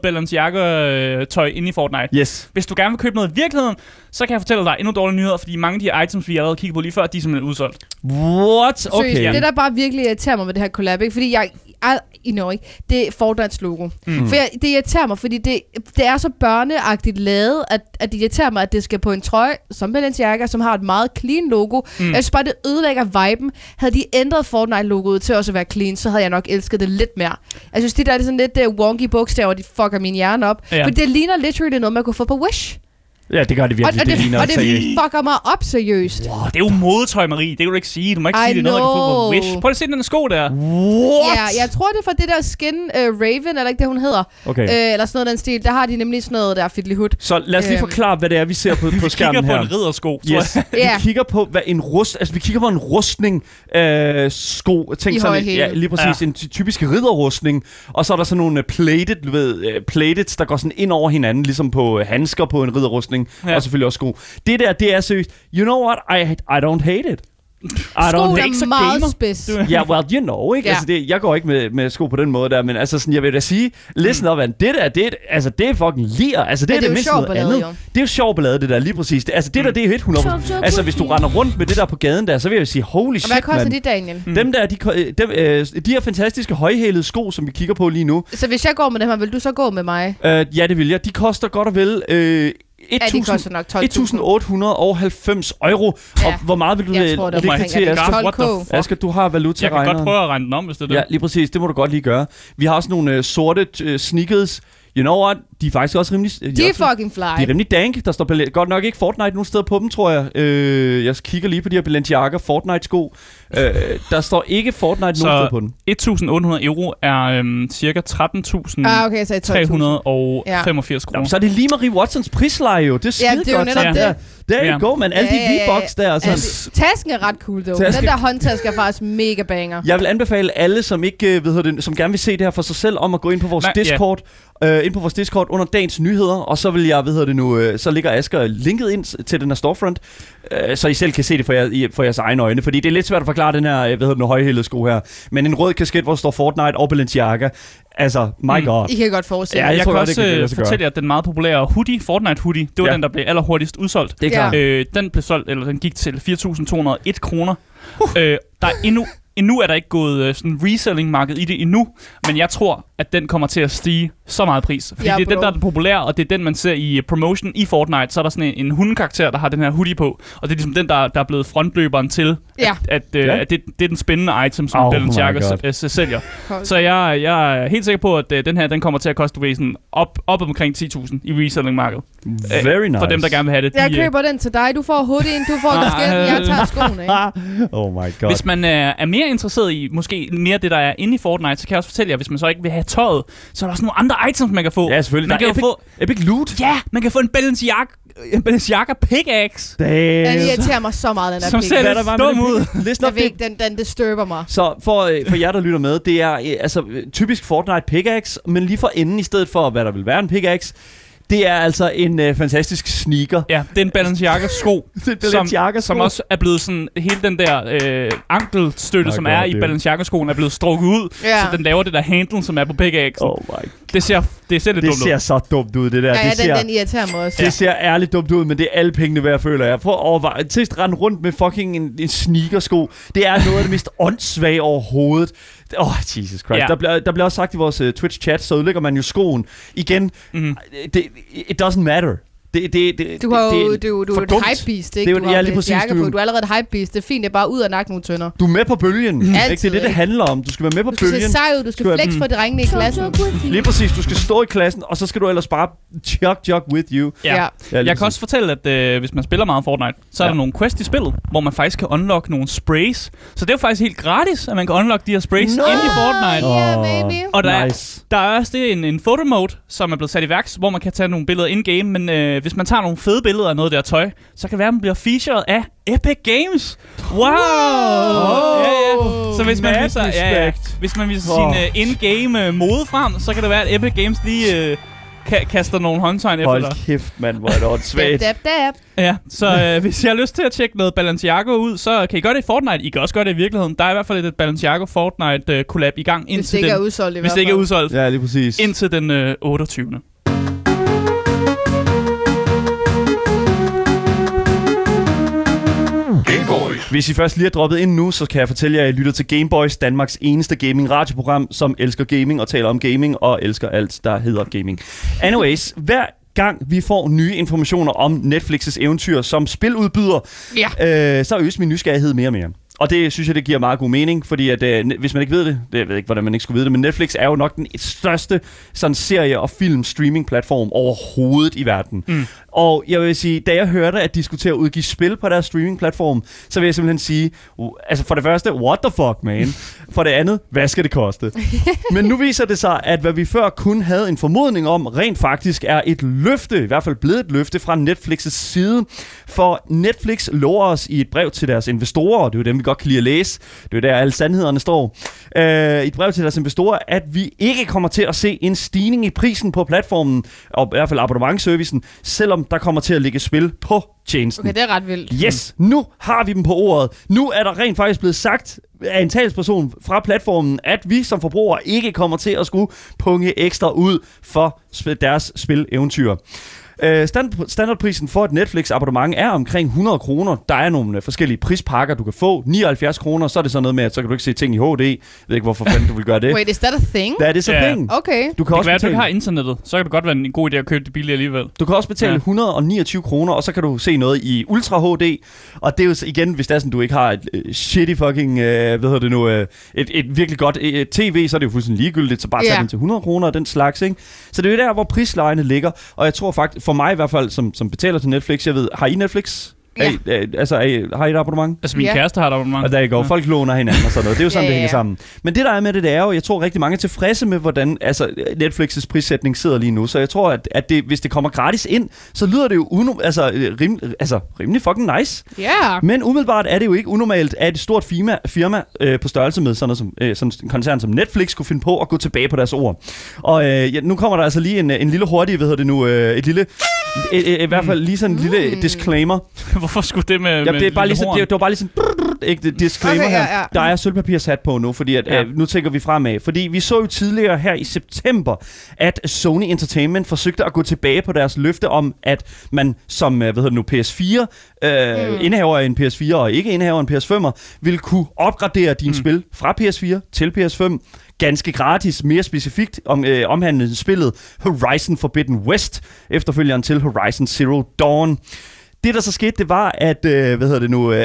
Speaker 3: Balenciaga-tøj inde i Fortnite.
Speaker 2: Yes.
Speaker 3: Hvis du gerne vil købe noget i virkeligheden, så kan jeg fortælle dig endnu dårlige nyheder, fordi mange af de her items, vi allerede kiggede på lige før, de er simpelthen udsolgt.
Speaker 2: What?
Speaker 4: Seriøst,
Speaker 2: Okay.
Speaker 4: det der bare virkelig irriterer mig med det her collab, ikke? fordi jeg, I, I know ikke, det er Fortnite's logo. Mm. For jeg, det irriterer mig, fordi det, det er så børneagtigt lavet, at, at det irriterer mig, at det skal på en trøje, som Balenciaga, som har et meget clean logo. Mm. Jeg synes bare, det ødelægger viben. Havde de ændret Fortnite-logoet til også at være clean, så havde jeg nok elsket det lidt mere. Jeg synes, det der er sådan lidt uh, wonky bogstaver, de fucker min hjerne op. Ja.
Speaker 3: Ja.
Speaker 4: Fordi det ligner literally noget, man kunne få på Wish.
Speaker 2: Ja, det gør det
Speaker 4: Og,
Speaker 2: virkelig.
Speaker 4: og,
Speaker 2: det,
Speaker 4: det,
Speaker 2: ligner
Speaker 4: og det
Speaker 2: seriøst.
Speaker 4: fucker mig op seriøst.
Speaker 3: Oh, det er jo modetøj, Marie. Det kan du ikke sige. Du må ikke
Speaker 4: I
Speaker 3: sige, det er noget, der
Speaker 4: know.
Speaker 3: kan få på Wish. Prøv lige at se den der sko der.
Speaker 2: What?
Speaker 4: Ja, jeg tror, det er fra det der skin uh, Raven, eller ikke det, hun hedder.
Speaker 2: Okay.
Speaker 4: Øh, eller sådan noget i den stil. Der har de nemlig sådan noget der fiddly hood.
Speaker 2: Så lad os lige
Speaker 4: Øhm.
Speaker 2: forklare, hvad det er, vi ser på, på
Speaker 3: Vi kigger
Speaker 2: skærmen
Speaker 3: på
Speaker 2: her.
Speaker 3: en riddersko, tror
Speaker 2: Yes.
Speaker 3: jeg.
Speaker 4: Ja.
Speaker 2: Vi kigger på hvad en rust, altså vi kigger på en rustning øh, sko, tænk
Speaker 4: I
Speaker 2: sådan
Speaker 4: høje
Speaker 2: en-
Speaker 4: hæle.
Speaker 2: ja, lige præcis ja.
Speaker 3: Ja.
Speaker 2: en ty- typisk ridderrustning, og så er der sådan nogle øh, plated, du ved, øh, plateds der går sådan ind over hinanden, ligesom på øh, handsker på en ridderrustning
Speaker 3: Ja.
Speaker 2: og selvfølgelig også sko. Det der, det er seriøst. You know what? I I don't hate it. I
Speaker 4: Skoen
Speaker 2: don't hate.
Speaker 3: ikke
Speaker 4: er
Speaker 3: så
Speaker 4: meget
Speaker 3: gamer.
Speaker 4: spids.
Speaker 3: Du-
Speaker 2: Ja, yeah, well, you know, ikke?
Speaker 4: Ja.
Speaker 2: Ja. Altså, det, jeg går ikke med, med sko på den måde der, men altså, sådan, jeg vil da sige, listen mm. up, man. det der, det, er- altså, det er fucking lir. Altså, det,
Speaker 4: Ja, det er
Speaker 2: er det,
Speaker 4: jo
Speaker 2: mindste
Speaker 4: sjov
Speaker 2: noget
Speaker 4: ballade,
Speaker 2: andet.
Speaker 4: jo. Mm.
Speaker 2: Det er jo sjov ballade, det der, lige præcis. Det, altså, det der, det er 100. Altså, hvis du render rundt med det der på gaden der, så vil jeg sige, holy
Speaker 4: Og hvad
Speaker 2: shit,
Speaker 4: koster
Speaker 2: mand.
Speaker 4: de, Daniel?
Speaker 2: Mm. Dem der, de, ko- øh, dem, øh, de her fantastiske højhælede sko, som vi kigger på lige nu,
Speaker 4: Så hvis jeg går med dem her, vil du så gå med mig?
Speaker 2: øh, ja, det vil jeg. De koster godt og vel øh,
Speaker 4: Ja, det koster nok 12.000.
Speaker 2: 1890 euro. Ja. Og
Speaker 4: Ja.
Speaker 2: hvor meget vil du
Speaker 4: Jeg
Speaker 2: læ-
Speaker 4: tror, det er
Speaker 2: lægge det
Speaker 4: omkring
Speaker 2: til,
Speaker 4: at det er
Speaker 2: Asger?
Speaker 4: 12.
Speaker 3: What the
Speaker 4: 12K.
Speaker 3: fuck?
Speaker 2: Asger, du har
Speaker 3: Jeg kan godt
Speaker 2: valutaregneren.
Speaker 3: prøve at regne den om, hvis det er det.
Speaker 2: Ja, lige præcis. Det må du godt lige gøre. Vi har også nogle øh, sorte øh, sneakers. You know what? De er faktisk også rimelig...
Speaker 4: De er
Speaker 2: også-
Speaker 4: fucking fly.
Speaker 2: de er rimelig dank. Der står Bal- godt nok ikke Fortnite nogen steder på dem, tror jeg. Øh, jeg kigger lige på de her Balenciaga Fortnite-sko. Øh, der står ikke Fortnite nogen
Speaker 3: Så-
Speaker 2: steder på den.
Speaker 3: 1.800 euro er øhm, cirka 13.385
Speaker 4: Ah, okay, jeg sagde 12.000.
Speaker 2: Nå, men
Speaker 3: kroner.
Speaker 2: så er det lige Marie Watsons prisleje jo. Det er skide
Speaker 4: Ja, det er jo
Speaker 2: godt.
Speaker 4: netop
Speaker 2: sådan
Speaker 4: det.
Speaker 2: Der. There
Speaker 3: Ja.
Speaker 2: you go, man. Alle
Speaker 4: Ja, ja, ja,
Speaker 2: de
Speaker 4: ja.
Speaker 2: V-Bucks der. og Sådan.
Speaker 4: Altså, tasken er ret cool, dog.
Speaker 2: Tasken-
Speaker 4: Den der håndtaske er faktisk mega banger.
Speaker 2: Jeg vil anbefale alle, som ikke øh, ved det, som gerne vil se det her for sig selv, om at gå ind på vores
Speaker 3: Nej,
Speaker 2: Nej,
Speaker 3: ja.
Speaker 2: Discord, ja. øh, ind på vores Discord under dagens nyheder, og så vil jeg, hvad hedder det nu, øh, så ligger Asger linket ind s- til den her storefront, øh, så I selv kan se det for, jer, i, for jeres egne øjne, fordi det er lidt svært at forklare den her, øh, hvad hedder det nu, højhældede sko her, men en rød kasket, hvor der står Fortnite og Balenciaga, altså, my
Speaker 3: Mm.
Speaker 2: mm. god.
Speaker 4: I kan godt forestille
Speaker 2: Ja,
Speaker 4: jer.
Speaker 2: jeg
Speaker 3: jeg,
Speaker 2: tror
Speaker 3: kan
Speaker 2: godt, det
Speaker 3: også
Speaker 2: kan lade
Speaker 3: øh,
Speaker 2: sig gøre.
Speaker 3: fortælle jer, at den meget populære hoodie, Fortnite hoodie, det var
Speaker 2: Ja.
Speaker 3: ja. den, der blev allerhurtigst udsolgt.
Speaker 2: Det er
Speaker 4: Ja.
Speaker 2: klart.
Speaker 3: Øh, den blev solgt, eller den gik til 4.201 kroner. Uh. Øh, der er endnu, endnu er der ikke gået øh, sådan reselling-marked i det endnu, men jeg tror, at den kommer til at stige så meget i pris. Fordi
Speaker 4: Ja,
Speaker 3: det er den,
Speaker 4: bro.
Speaker 3: der er den populære, og det er den, man ser i øh, promotion i Fortnite. Så er der sådan en, en hundekarakter, der har den her hoodie på, og det er ligesom den, der, der er blevet frontløberen til,
Speaker 4: Ja.
Speaker 3: at, at, øh,
Speaker 2: Ja.
Speaker 3: at det, det er den spændende item, som
Speaker 2: Oh
Speaker 3: oh
Speaker 2: my
Speaker 3: Balenciaga
Speaker 2: God.
Speaker 3: s- øh, sælger.
Speaker 4: Hold.
Speaker 3: Så jeg, jeg er helt sikker på, at øh, den her den kommer til at koste du ved, sådan op, op omkring 10.000 i reselling-markedet.
Speaker 2: Very nice.
Speaker 3: Øh, For dem, der gerne vil have det.
Speaker 4: Jeg
Speaker 3: øh,
Speaker 4: køber den til dig. Du får hoodien, du får
Speaker 3: Nej.
Speaker 4: kasketten, jeg tager skoene. ikke?
Speaker 2: oh my god.
Speaker 3: Hvis man øh, er mere interesseret i måske mere det, der er inde i Fortnite, så kan jeg også fortælle jer, hvis man så ikke vil have tøjet, så er der også nogle andre items, man kan få.
Speaker 2: ja, selvfølgelig.
Speaker 3: Man
Speaker 2: Der
Speaker 3: kan
Speaker 2: er
Speaker 3: jo
Speaker 2: epic,
Speaker 3: få,
Speaker 2: epic loot.
Speaker 3: ja, man kan få en Balenciaga, en Balenciaga pickaxe,
Speaker 4: Ja, det
Speaker 2: Damn.
Speaker 4: irriterer mig så meget, den der
Speaker 3: som
Speaker 4: pik.
Speaker 3: ser
Speaker 2: Hvad
Speaker 3: lidt
Speaker 2: der var med
Speaker 3: stum
Speaker 2: den
Speaker 3: ud.
Speaker 2: Listen
Speaker 4: Jeg
Speaker 2: op,
Speaker 4: ved
Speaker 2: det
Speaker 4: ikke, den, den disturber mig.
Speaker 2: Så for, øh, for jer, der lytter med, det er øh, altså øh, typisk Fortnite pickaxe, men lige for enden i stedet for, hvad der vil være en pickaxe, det er altså en øh, fantastisk sneaker.
Speaker 3: Ja, det er en Balenciaga sko,
Speaker 2: Det er
Speaker 3: som,
Speaker 2: lidt jakke,
Speaker 3: som også er blevet sådan, hele den der øh, ankelstøtte,
Speaker 2: My
Speaker 3: som
Speaker 2: God,
Speaker 3: er i
Speaker 2: dude.
Speaker 3: Balenciaga skoen, er blevet strukket ud,
Speaker 4: Ja.
Speaker 3: så den laver det der handle, som er på pickaxen.
Speaker 2: Oh my.
Speaker 3: Det ser, det ser lidt
Speaker 2: Det
Speaker 3: dumt ud.
Speaker 2: ser så dumt ud, det der.
Speaker 4: Ja, ja
Speaker 2: det
Speaker 4: den,
Speaker 2: ser,
Speaker 4: den irriterer mig også.
Speaker 2: det ser ærligt dumt ud, men det er alle pengene værd, føler jeg. Prøv at overveje. Til at rende rundt med fucking en, en sneakersko. Det er noget af det mest åndssvage overhovedet. Åh, oh, Jesus Christ.
Speaker 3: Ja.
Speaker 2: Ja. Der, bliver, der bliver også sagt i vores uh, Twitch-chat, så udlægger man jo skoen. Igen,
Speaker 3: Mhm.
Speaker 2: det, it doesn't matter. Det, det, det,
Speaker 4: Du har
Speaker 2: det,
Speaker 4: jo,
Speaker 2: det,
Speaker 4: du, du
Speaker 2: for
Speaker 4: er et
Speaker 2: dumt.
Speaker 4: hypebeast,
Speaker 2: Det er
Speaker 4: ikke?
Speaker 2: jo-
Speaker 4: Du har
Speaker 2: ja,
Speaker 4: en
Speaker 2: lige præcis,
Speaker 4: jakke
Speaker 2: du-
Speaker 4: på. Du er allerede et hypebeast. Det er fint, det er bare ud og nakke nogle tønder.
Speaker 2: Du er med på bølgen. Mm. Ikke? Det er
Speaker 4: Altid,
Speaker 2: det, det
Speaker 4: ikke?
Speaker 2: handler om. Du skal være med på
Speaker 4: Du skal se
Speaker 2: bølgen.
Speaker 4: sej ud, du skal
Speaker 2: Skal jeg-
Speaker 4: flex for drengene i klassen.
Speaker 2: Lige præcis. Du skal stå i klassen, og så skal du ellers bare chug, chug with you.
Speaker 3: Ja.
Speaker 4: Ja.
Speaker 2: Ja, lige
Speaker 3: Jeg kan
Speaker 2: præcis.
Speaker 3: også fortælle, at øh, hvis man spiller meget Fortnite, så er
Speaker 2: Ja.
Speaker 3: der nogle quests i spillet, hvor man faktisk kan unlock nogle sprays. Så det er jo faktisk helt gratis, at man kan unlock de her sprays
Speaker 2: Nå!
Speaker 3: no! inde i Fortnite.
Speaker 4: Ja, baby.
Speaker 3: Og der er-
Speaker 2: nice.
Speaker 3: Der er også det en, en photo mode, som er blevet sat i værks, hvor man kan tage nogle billeder in-game, men øh, hvis man tager nogle fede billeder af noget der tøj, så kan det være, at man bliver featured af Epic Games. Wow! wow! Ja, ja. Så hvis man
Speaker 2: Mad
Speaker 3: viser, ja, ja.
Speaker 2: respect.
Speaker 3: hvis man viser
Speaker 2: Åh.
Speaker 3: sin øh, in-game øh, mode frem, så kan det være, at Epic Games lige øh, ka- kaster nogle håndtegn efter dig.
Speaker 2: Hold kæft, mand, hvor er det
Speaker 4: Dab,
Speaker 2: åndssvagt.
Speaker 4: dab, dab.
Speaker 3: Ja, så øh, hvis I har lyst til at tjekke noget Balenciaga ud, så kan I gøre det i Fortnite. I kan også gøre det i virkeligheden. Der er i hvert fald et Balenciaga-Fortnite-collab i gang
Speaker 4: Hvis
Speaker 3: indtil
Speaker 4: det ikke er
Speaker 3: den,
Speaker 4: udsolgt i
Speaker 3: hvis
Speaker 4: hvert
Speaker 3: det ikke er
Speaker 4: fald.
Speaker 3: udsolgt. Ja.
Speaker 2: Ja, lige præcis.
Speaker 3: Indtil den øh, 28.
Speaker 1: Game Boys.
Speaker 2: Hvis I først lige er droppet ind nu, så kan jeg fortælle jer, at I lytter til Gameboys, Danmarks eneste gaming-radioprogram, som elsker gaming og taler om gaming og elsker alt, der hedder gaming. Anyways, hver gang vi får nye informationer om Netflix's eventyr som spiludbyder, ja. øh, så øges min nysgerrighed mere og mere. Og det synes jeg, det giver meget god mening, fordi at, øh, ne- hvis man ikke ved det, det jeg ved ikke, hvordan man ikke skulle vide det, men Netflix er jo nok den største sådan, serie- og film-streaming-platform overhovedet i verden. Mm. Og jeg vil sige, da jeg hørte, at de skulle til at udgive spil på deres streaming-platform, så vil jeg simpelthen sige, "Uh, altså for det første, what the fuck, man? For det andet, hvad skal det koste? Men nu viser det sig, at hvad vi før kun havde en formodning om, rent faktisk er et løfte, i hvert fald blevet et løfte fra Netflix' side. For Netflix lover os i et brev til deres investorer, og det er jo dem, vi godt kan lide at læse, det er jo der alle sandhederne står, øh, i et brev til deres investorer, at vi ikke kommer til at se en stigning i prisen på platformen, og i hvert fald abonnementservicen, selvom der kommer til at ligge spil på tjenesten.
Speaker 4: Okay, det er ret vildt.
Speaker 2: Yes, nu har vi dem på ordet. Nu er der rent faktisk blevet sagt af en talsperson fra platformen, at vi som forbrugere ikke kommer til at skulle punge ekstra ud for sp- deres spileventyr. Øh, stand, standardprisen for et Netflix-abonnement er omkring 100 kroner. Der er nogle øh, forskellige prispakker, du kan få. 79 kroner, så er det sådan noget med, at så kan du ikke se ting i HD. Jeg ved ikke, hvorfor fanden du vil gøre det.
Speaker 4: Wait, is that a thing?
Speaker 2: Hvad er det så
Speaker 3: Ja.
Speaker 2: penge?
Speaker 4: Okay.
Speaker 2: Du kan,
Speaker 3: Det kan
Speaker 2: også
Speaker 3: være, at du
Speaker 2: betale,
Speaker 3: ikke har internettet. Så kan det godt være en god idé at købe det billigt alligevel.
Speaker 2: du kan også betale
Speaker 3: Ja.
Speaker 2: 129 kroner, og så kan du se noget i Ultra HD. Og det er jo så igen, hvis det er sådan, du ikke har et øh, shitty fucking, øh, hvad hedder det nu, øh, et, et virkelig godt øh, tv, så er det jo fuldstændig ligegyldigt, så bare tag
Speaker 4: Ja.
Speaker 2: den til 100 kroner og den slags, ikke? Så det er jo der, hvor prislejene ligger. Og jeg tror faktisk, for mig i hvert fald, som, som betaler til Netflix, jeg ved, har I Netflix? Er I, øh, altså, er I, har I et abonnement?
Speaker 3: Altså, min
Speaker 4: Ja.
Speaker 3: kæreste har et abonnement.
Speaker 2: Og der går folk låner hinanden og sådan noget. Det er jo sådan,
Speaker 4: Ja,
Speaker 2: det hænger
Speaker 4: ja.
Speaker 2: sammen. Men det, der er med det, det er jo, jeg tror rigtig mange er tilfredse med, hvordan altså, Netflix's prissætning sidder lige nu. Så jeg tror, at, at det, hvis det kommer gratis ind, så lyder det jo uno, altså, øh, rim, altså, rimelig fucking nice.
Speaker 4: Ja.
Speaker 2: Men umiddelbart er det jo ikke unormalt, at et stort firma, firma øh, på størrelse med sådan, noget som, øh, sådan en koncern som Netflix kunne finde på at gå tilbage på deres ord. Og øh, ja, nu kommer der altså lige en, øh, en lille hurtig, hvad hedder det nu, øh, et lille, et, et, i hvert fald lige sådan en
Speaker 4: Mm.
Speaker 2: lille disclaimer.
Speaker 3: Hvorfor skulle det med,
Speaker 2: Ja,
Speaker 3: med
Speaker 2: det er bare
Speaker 3: lille
Speaker 2: lige sådan,
Speaker 3: horn?
Speaker 2: det, det var bare lige sådan, ikke, det disclaimer
Speaker 4: Okay,
Speaker 2: okay,
Speaker 4: ja,
Speaker 2: her.
Speaker 4: ja.
Speaker 2: Der er sølvpapirshat på nu, fordi at,
Speaker 3: Ja.
Speaker 2: ja. øh, nu tænker vi fremad. Fordi vi så jo tidligere her i september, at Sony Entertainment forsøgte at gå tilbage på deres løfte om, at man som øh, hvad hedder det nu, PS4, øh, mm. indehaver af en PS4 og ikke indehaver af en PS5'er, vil kunne opgradere dine mm. spil fra PS4 til PS5 ganske gratis, mere specifikt om, øh, omhandlende spillet Horizon Forbidden West, efterfølgeren til Horizon Zero Dawn. Det, der så skete, det var, at øh, hvad hedder det nu, øh,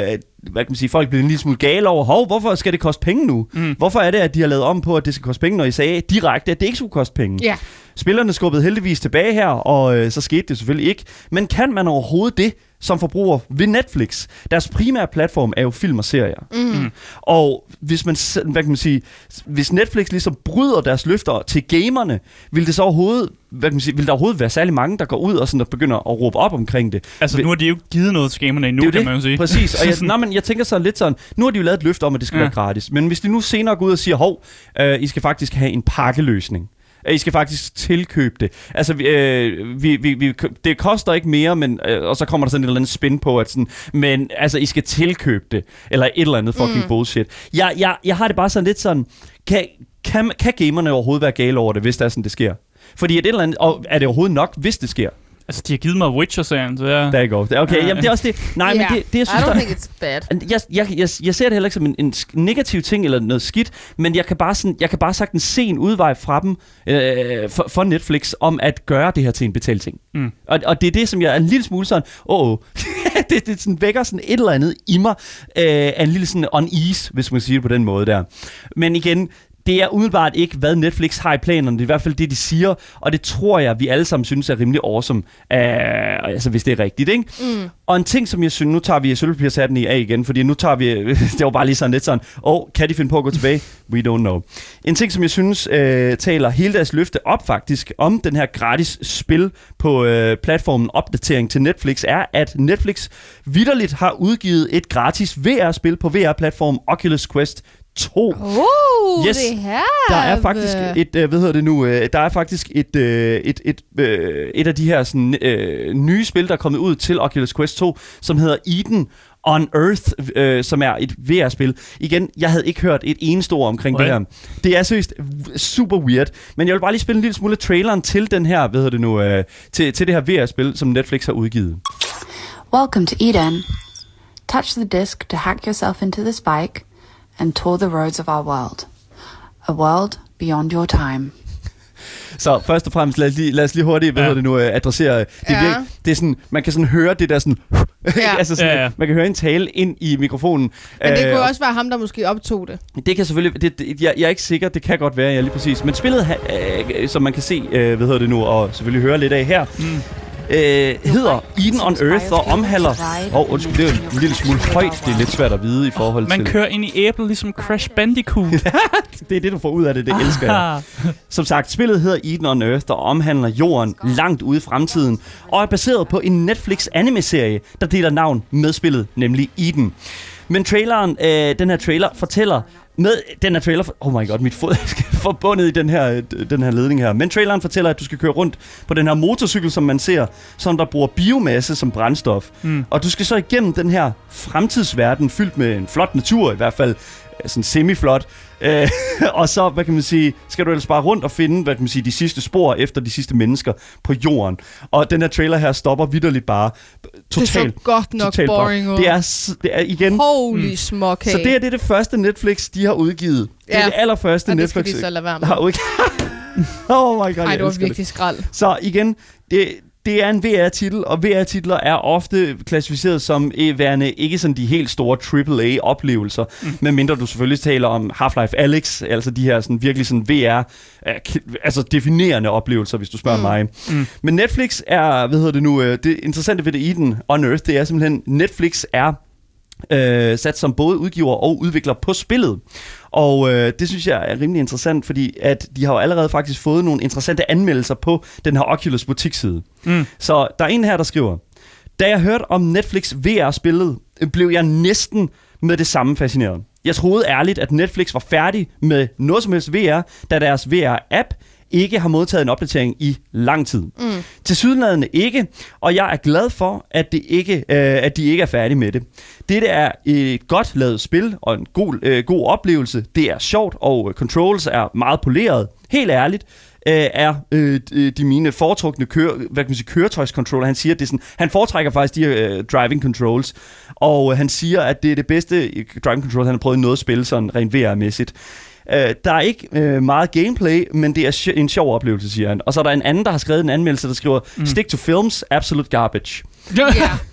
Speaker 2: hvad kan man sige, folk blev en lille smule gale over, hov, hvorfor skal det koste penge nu? Mm. Hvorfor er det, at de har lavet om på, at det skal koste penge, når I sagde direkte, at det ikke skulle koste penge?
Speaker 4: Ja.
Speaker 2: Spillerne skubbede heldigvis tilbage her, og øh, så skete det selvfølgelig ikke. Men kan man overhovedet det som forbruger ved Netflix? Deres primære platform er jo film og serier. Mm. Og hvis man, s- hvad kan man sige, s- hvis Netflix ligesom bryder deres løfter til gamerne, vil det så overhovedet, hvad kan man sige, vil der overhovedet være særlig mange, der går ud og sådan der begynder at råbe op omkring det?
Speaker 3: Altså, nu har de jo ikke givet noget til gamerne endnu,
Speaker 2: det er
Speaker 3: kan
Speaker 2: jo
Speaker 3: man jo
Speaker 2: det.
Speaker 3: sige.
Speaker 2: Præcis. Og jeg,
Speaker 3: Sådan-
Speaker 2: nå, men jeg tænker sådan lidt sådan, nu har de jo lavet et løfte om, at det skal
Speaker 3: Ja.
Speaker 2: ja. være gratis. Men hvis de nu senere går ud og siger, hov, øh, I skal faktisk have en pakkeløsning. Øh, I skal faktisk tilkøbe det. Altså, vi- øh, vi, vi, vi, det koster ikke mere, men, øh, og så kommer der sådan et eller andet spin på, at sådan, men altså, I skal tilkøbe det. Eller et eller andet fucking mm. bullshit. Jeg, jeg, jeg har det bare sådan lidt sådan, kan, kan, kan gamerne overhovedet være gale over det, hvis det er sådan, det sker? Fordi et eller andet, og er det overhovedet nok, hvis det sker?
Speaker 3: Altså, de har givet mig Witcher-serien, så jeg...
Speaker 2: Der er ikke over. Okay, jamen det er også det. Nej, men det, det jeg synes,
Speaker 5: I
Speaker 2: der,
Speaker 5: don't think it's bad.
Speaker 2: jeg, jeg, jeg, jeg ser det heller ikke som en, en sk- negativ ting eller noget skidt, men jeg kan bare, sådan, jeg kan bare sagtens se en udvej fra dem, øh, for, for Netflix, om at gøre det her til en betalt ting.
Speaker 3: Mm.
Speaker 2: Og, og det er det, som jeg er en lille smule sådan, åh, oh, det, det sådan vækker sådan et eller andet i mig, øh, af en lille sådan unease, hvis man siger det på den måde der. Men igen, det er umiddelbart ikke, hvad Netflix har i planerne. Det er i hvert fald det, de siger, og det tror jeg, vi alle sammen synes er rimelig awesome, øh, altså hvis det er rigtigt, ikke? Mm. Og en ting, som jeg synes, nu tager vi sølvpapirshatten i af igen, fordi nu tager vi, det var bare lige sådan lidt sådan, åh, oh, kan de finde på at gå tilbage? We don't know. En ting, som jeg synes øh, taler hele deres løfte op faktisk, om den her gratis spil på øh, platformen opdatering til Netflix, er, at Netflix vidderligt har udgivet et gratis VR-spil på VR-platformen Oculus Quest 2.
Speaker 4: Oh,
Speaker 2: Yes.
Speaker 4: det her.
Speaker 2: Der er faktisk et, øh, hvad hedder det nu, øh, der er faktisk et, øh, et, et, øh, et af de her sådan, øh, nye spil, der er kommet ud til Oculus Quest 2, som hedder Eden on Earth, øh, som er et VR-spil. Igen, jeg havde ikke hørt et eneste ord omkring
Speaker 3: Nej.
Speaker 2: det her. Det er seriøst w- super weird, men jeg vil bare lige spille en lille smule af traileren til den her, hvad hedder det nu, øh, til, til det her VR-spil, som Netflix har udgivet.
Speaker 6: Welcome to Eden. Touch the disc to hack yourself into this bike and tour the roads of our world. A world beyond your time.
Speaker 2: Så først og fremmest, lad os lige, lad os lige hurtigt, hvad
Speaker 3: Ja.
Speaker 2: ja. hedder det nu, øh, adressere. øh, Det,
Speaker 4: Ja.
Speaker 2: ja. virke, det er sådan, man kan sådan høre det der sådan,
Speaker 4: Ja.
Speaker 2: ja. altså sådan,
Speaker 3: Ja,
Speaker 2: ja,
Speaker 3: ja.
Speaker 2: ja. man kan høre en tale ind i mikrofonen.
Speaker 4: Men det
Speaker 2: Øh,
Speaker 4: kunne
Speaker 2: og
Speaker 4: også være ham, der måske optog det.
Speaker 2: det kan selvfølgelig, det, det, jeg, jeg er ikke sikker, det kan godt være, ja lige præcis. Men spillet, ha- øh, som man kan se, øh, hvad hedder det nu, og selvfølgelig høre lidt af her, mm. øh, hedder Eden on Earth og omhandler... Åh, oh, undskyld, det er jo en lille smule højt, det er lidt svært at vide i forhold
Speaker 3: Man
Speaker 2: til...
Speaker 3: kører ind i æblet ligesom Crash Bandicoot.
Speaker 2: Det er det, du får ud af det, det elsker jeg.
Speaker 3: Ah.
Speaker 2: Som sagt, spillet hedder Eden on Earth, der omhandler jorden langt ude i fremtiden, og er baseret på en Netflix anime-serie, der deler navn med spillet, nemlig Eden. Men traileren, øh, den her trailer fortæller Med den her trailer... For, oh my god, mit fod er forbundet i den her, øh, den her ledning her. Men traileren fortæller, at du skal køre rundt på den her motorcykel, som man ser, som der bruger biomasse som brændstof. Mm. Og du skal så igennem den her fremtidsverden, fyldt med en flot natur i hvert fald, øh, sådan semi-flot. Øh, og så, hvad kan man sige, skal du ellers bare rundt og finde, hvad kan man sige, de sidste spor efter de sidste mennesker på jorden. Og den her trailer her stopper vidderligt bare
Speaker 4: Det
Speaker 2: totalt.
Speaker 4: så godt nok
Speaker 2: totalt bare-
Speaker 4: boring ud.
Speaker 2: Det er, s- det er igen...
Speaker 4: Holy mm. småkage.
Speaker 2: Så det her det er det første Netflix, de har udgivet. Det er
Speaker 4: Ja.
Speaker 2: det allerførste
Speaker 4: og det skal
Speaker 2: Netflix
Speaker 4: de så lade være med.
Speaker 2: har udgivet. oh my god,
Speaker 4: Ej,
Speaker 2: jeg
Speaker 4: det var
Speaker 2: elsker det.
Speaker 4: virkelig skrald.
Speaker 2: Så igen, det, det er en VR-titel, og VR-titler er ofte klassificeret som eh, værende ikke sådan de helt store AAA-oplevelser, mm. medmindre du selvfølgelig taler om Half-Life Alyx, altså de her sådan, virkelig sådan VR, øh, k- altså definerende oplevelser, hvis du spørger mm. mig. Mm. Men Netflix er, hvad hedder det nu, øh, det interessante ved det i den Unearth, det er simpelthen, Netflix er øh, sat som både udgiver og udvikler på spillet. Og øh, det synes jeg er rimelig interessant, fordi at de har jo allerede faktisk fået nogle interessante anmeldelser på den her Oculus butikside. Mm. Så der er en her, der skriver, da jeg hørte om Netflix VR-spillet, øh, blev jeg næsten med det samme fascineret. Jeg troede ærligt, at Netflix var færdig med noget som helst VR, da deres VR-app ikke har modtaget en opdatering i lang tid. Mm. Til sydenladende ikke, og jeg er glad for, at, det ikke, øh, at de ikke er færdige med det. Dette er et godt lavet spil og en god, øh, god oplevelse. Det er sjovt, og øh, controls er meget poleret. Helt ærligt øh, er øh, øh, de mine foretrukne køre, hvad kan man sige, køretøjscontroller. Han siger, at det er sådan, han foretrækker faktisk de her øh, driving controls, og øh, han siger, at det er det bedste øh, driving control, han har prøvet i noget spil, sådan rent VR-mæssigt. Øh, der er ikke øh, meget gameplay, men det er sj- en sjov oplevelse, siger han. Og så er der en anden, der har skrevet en anmeldelse, der skriver, mm. stick to films, absolute garbage.
Speaker 4: Ja.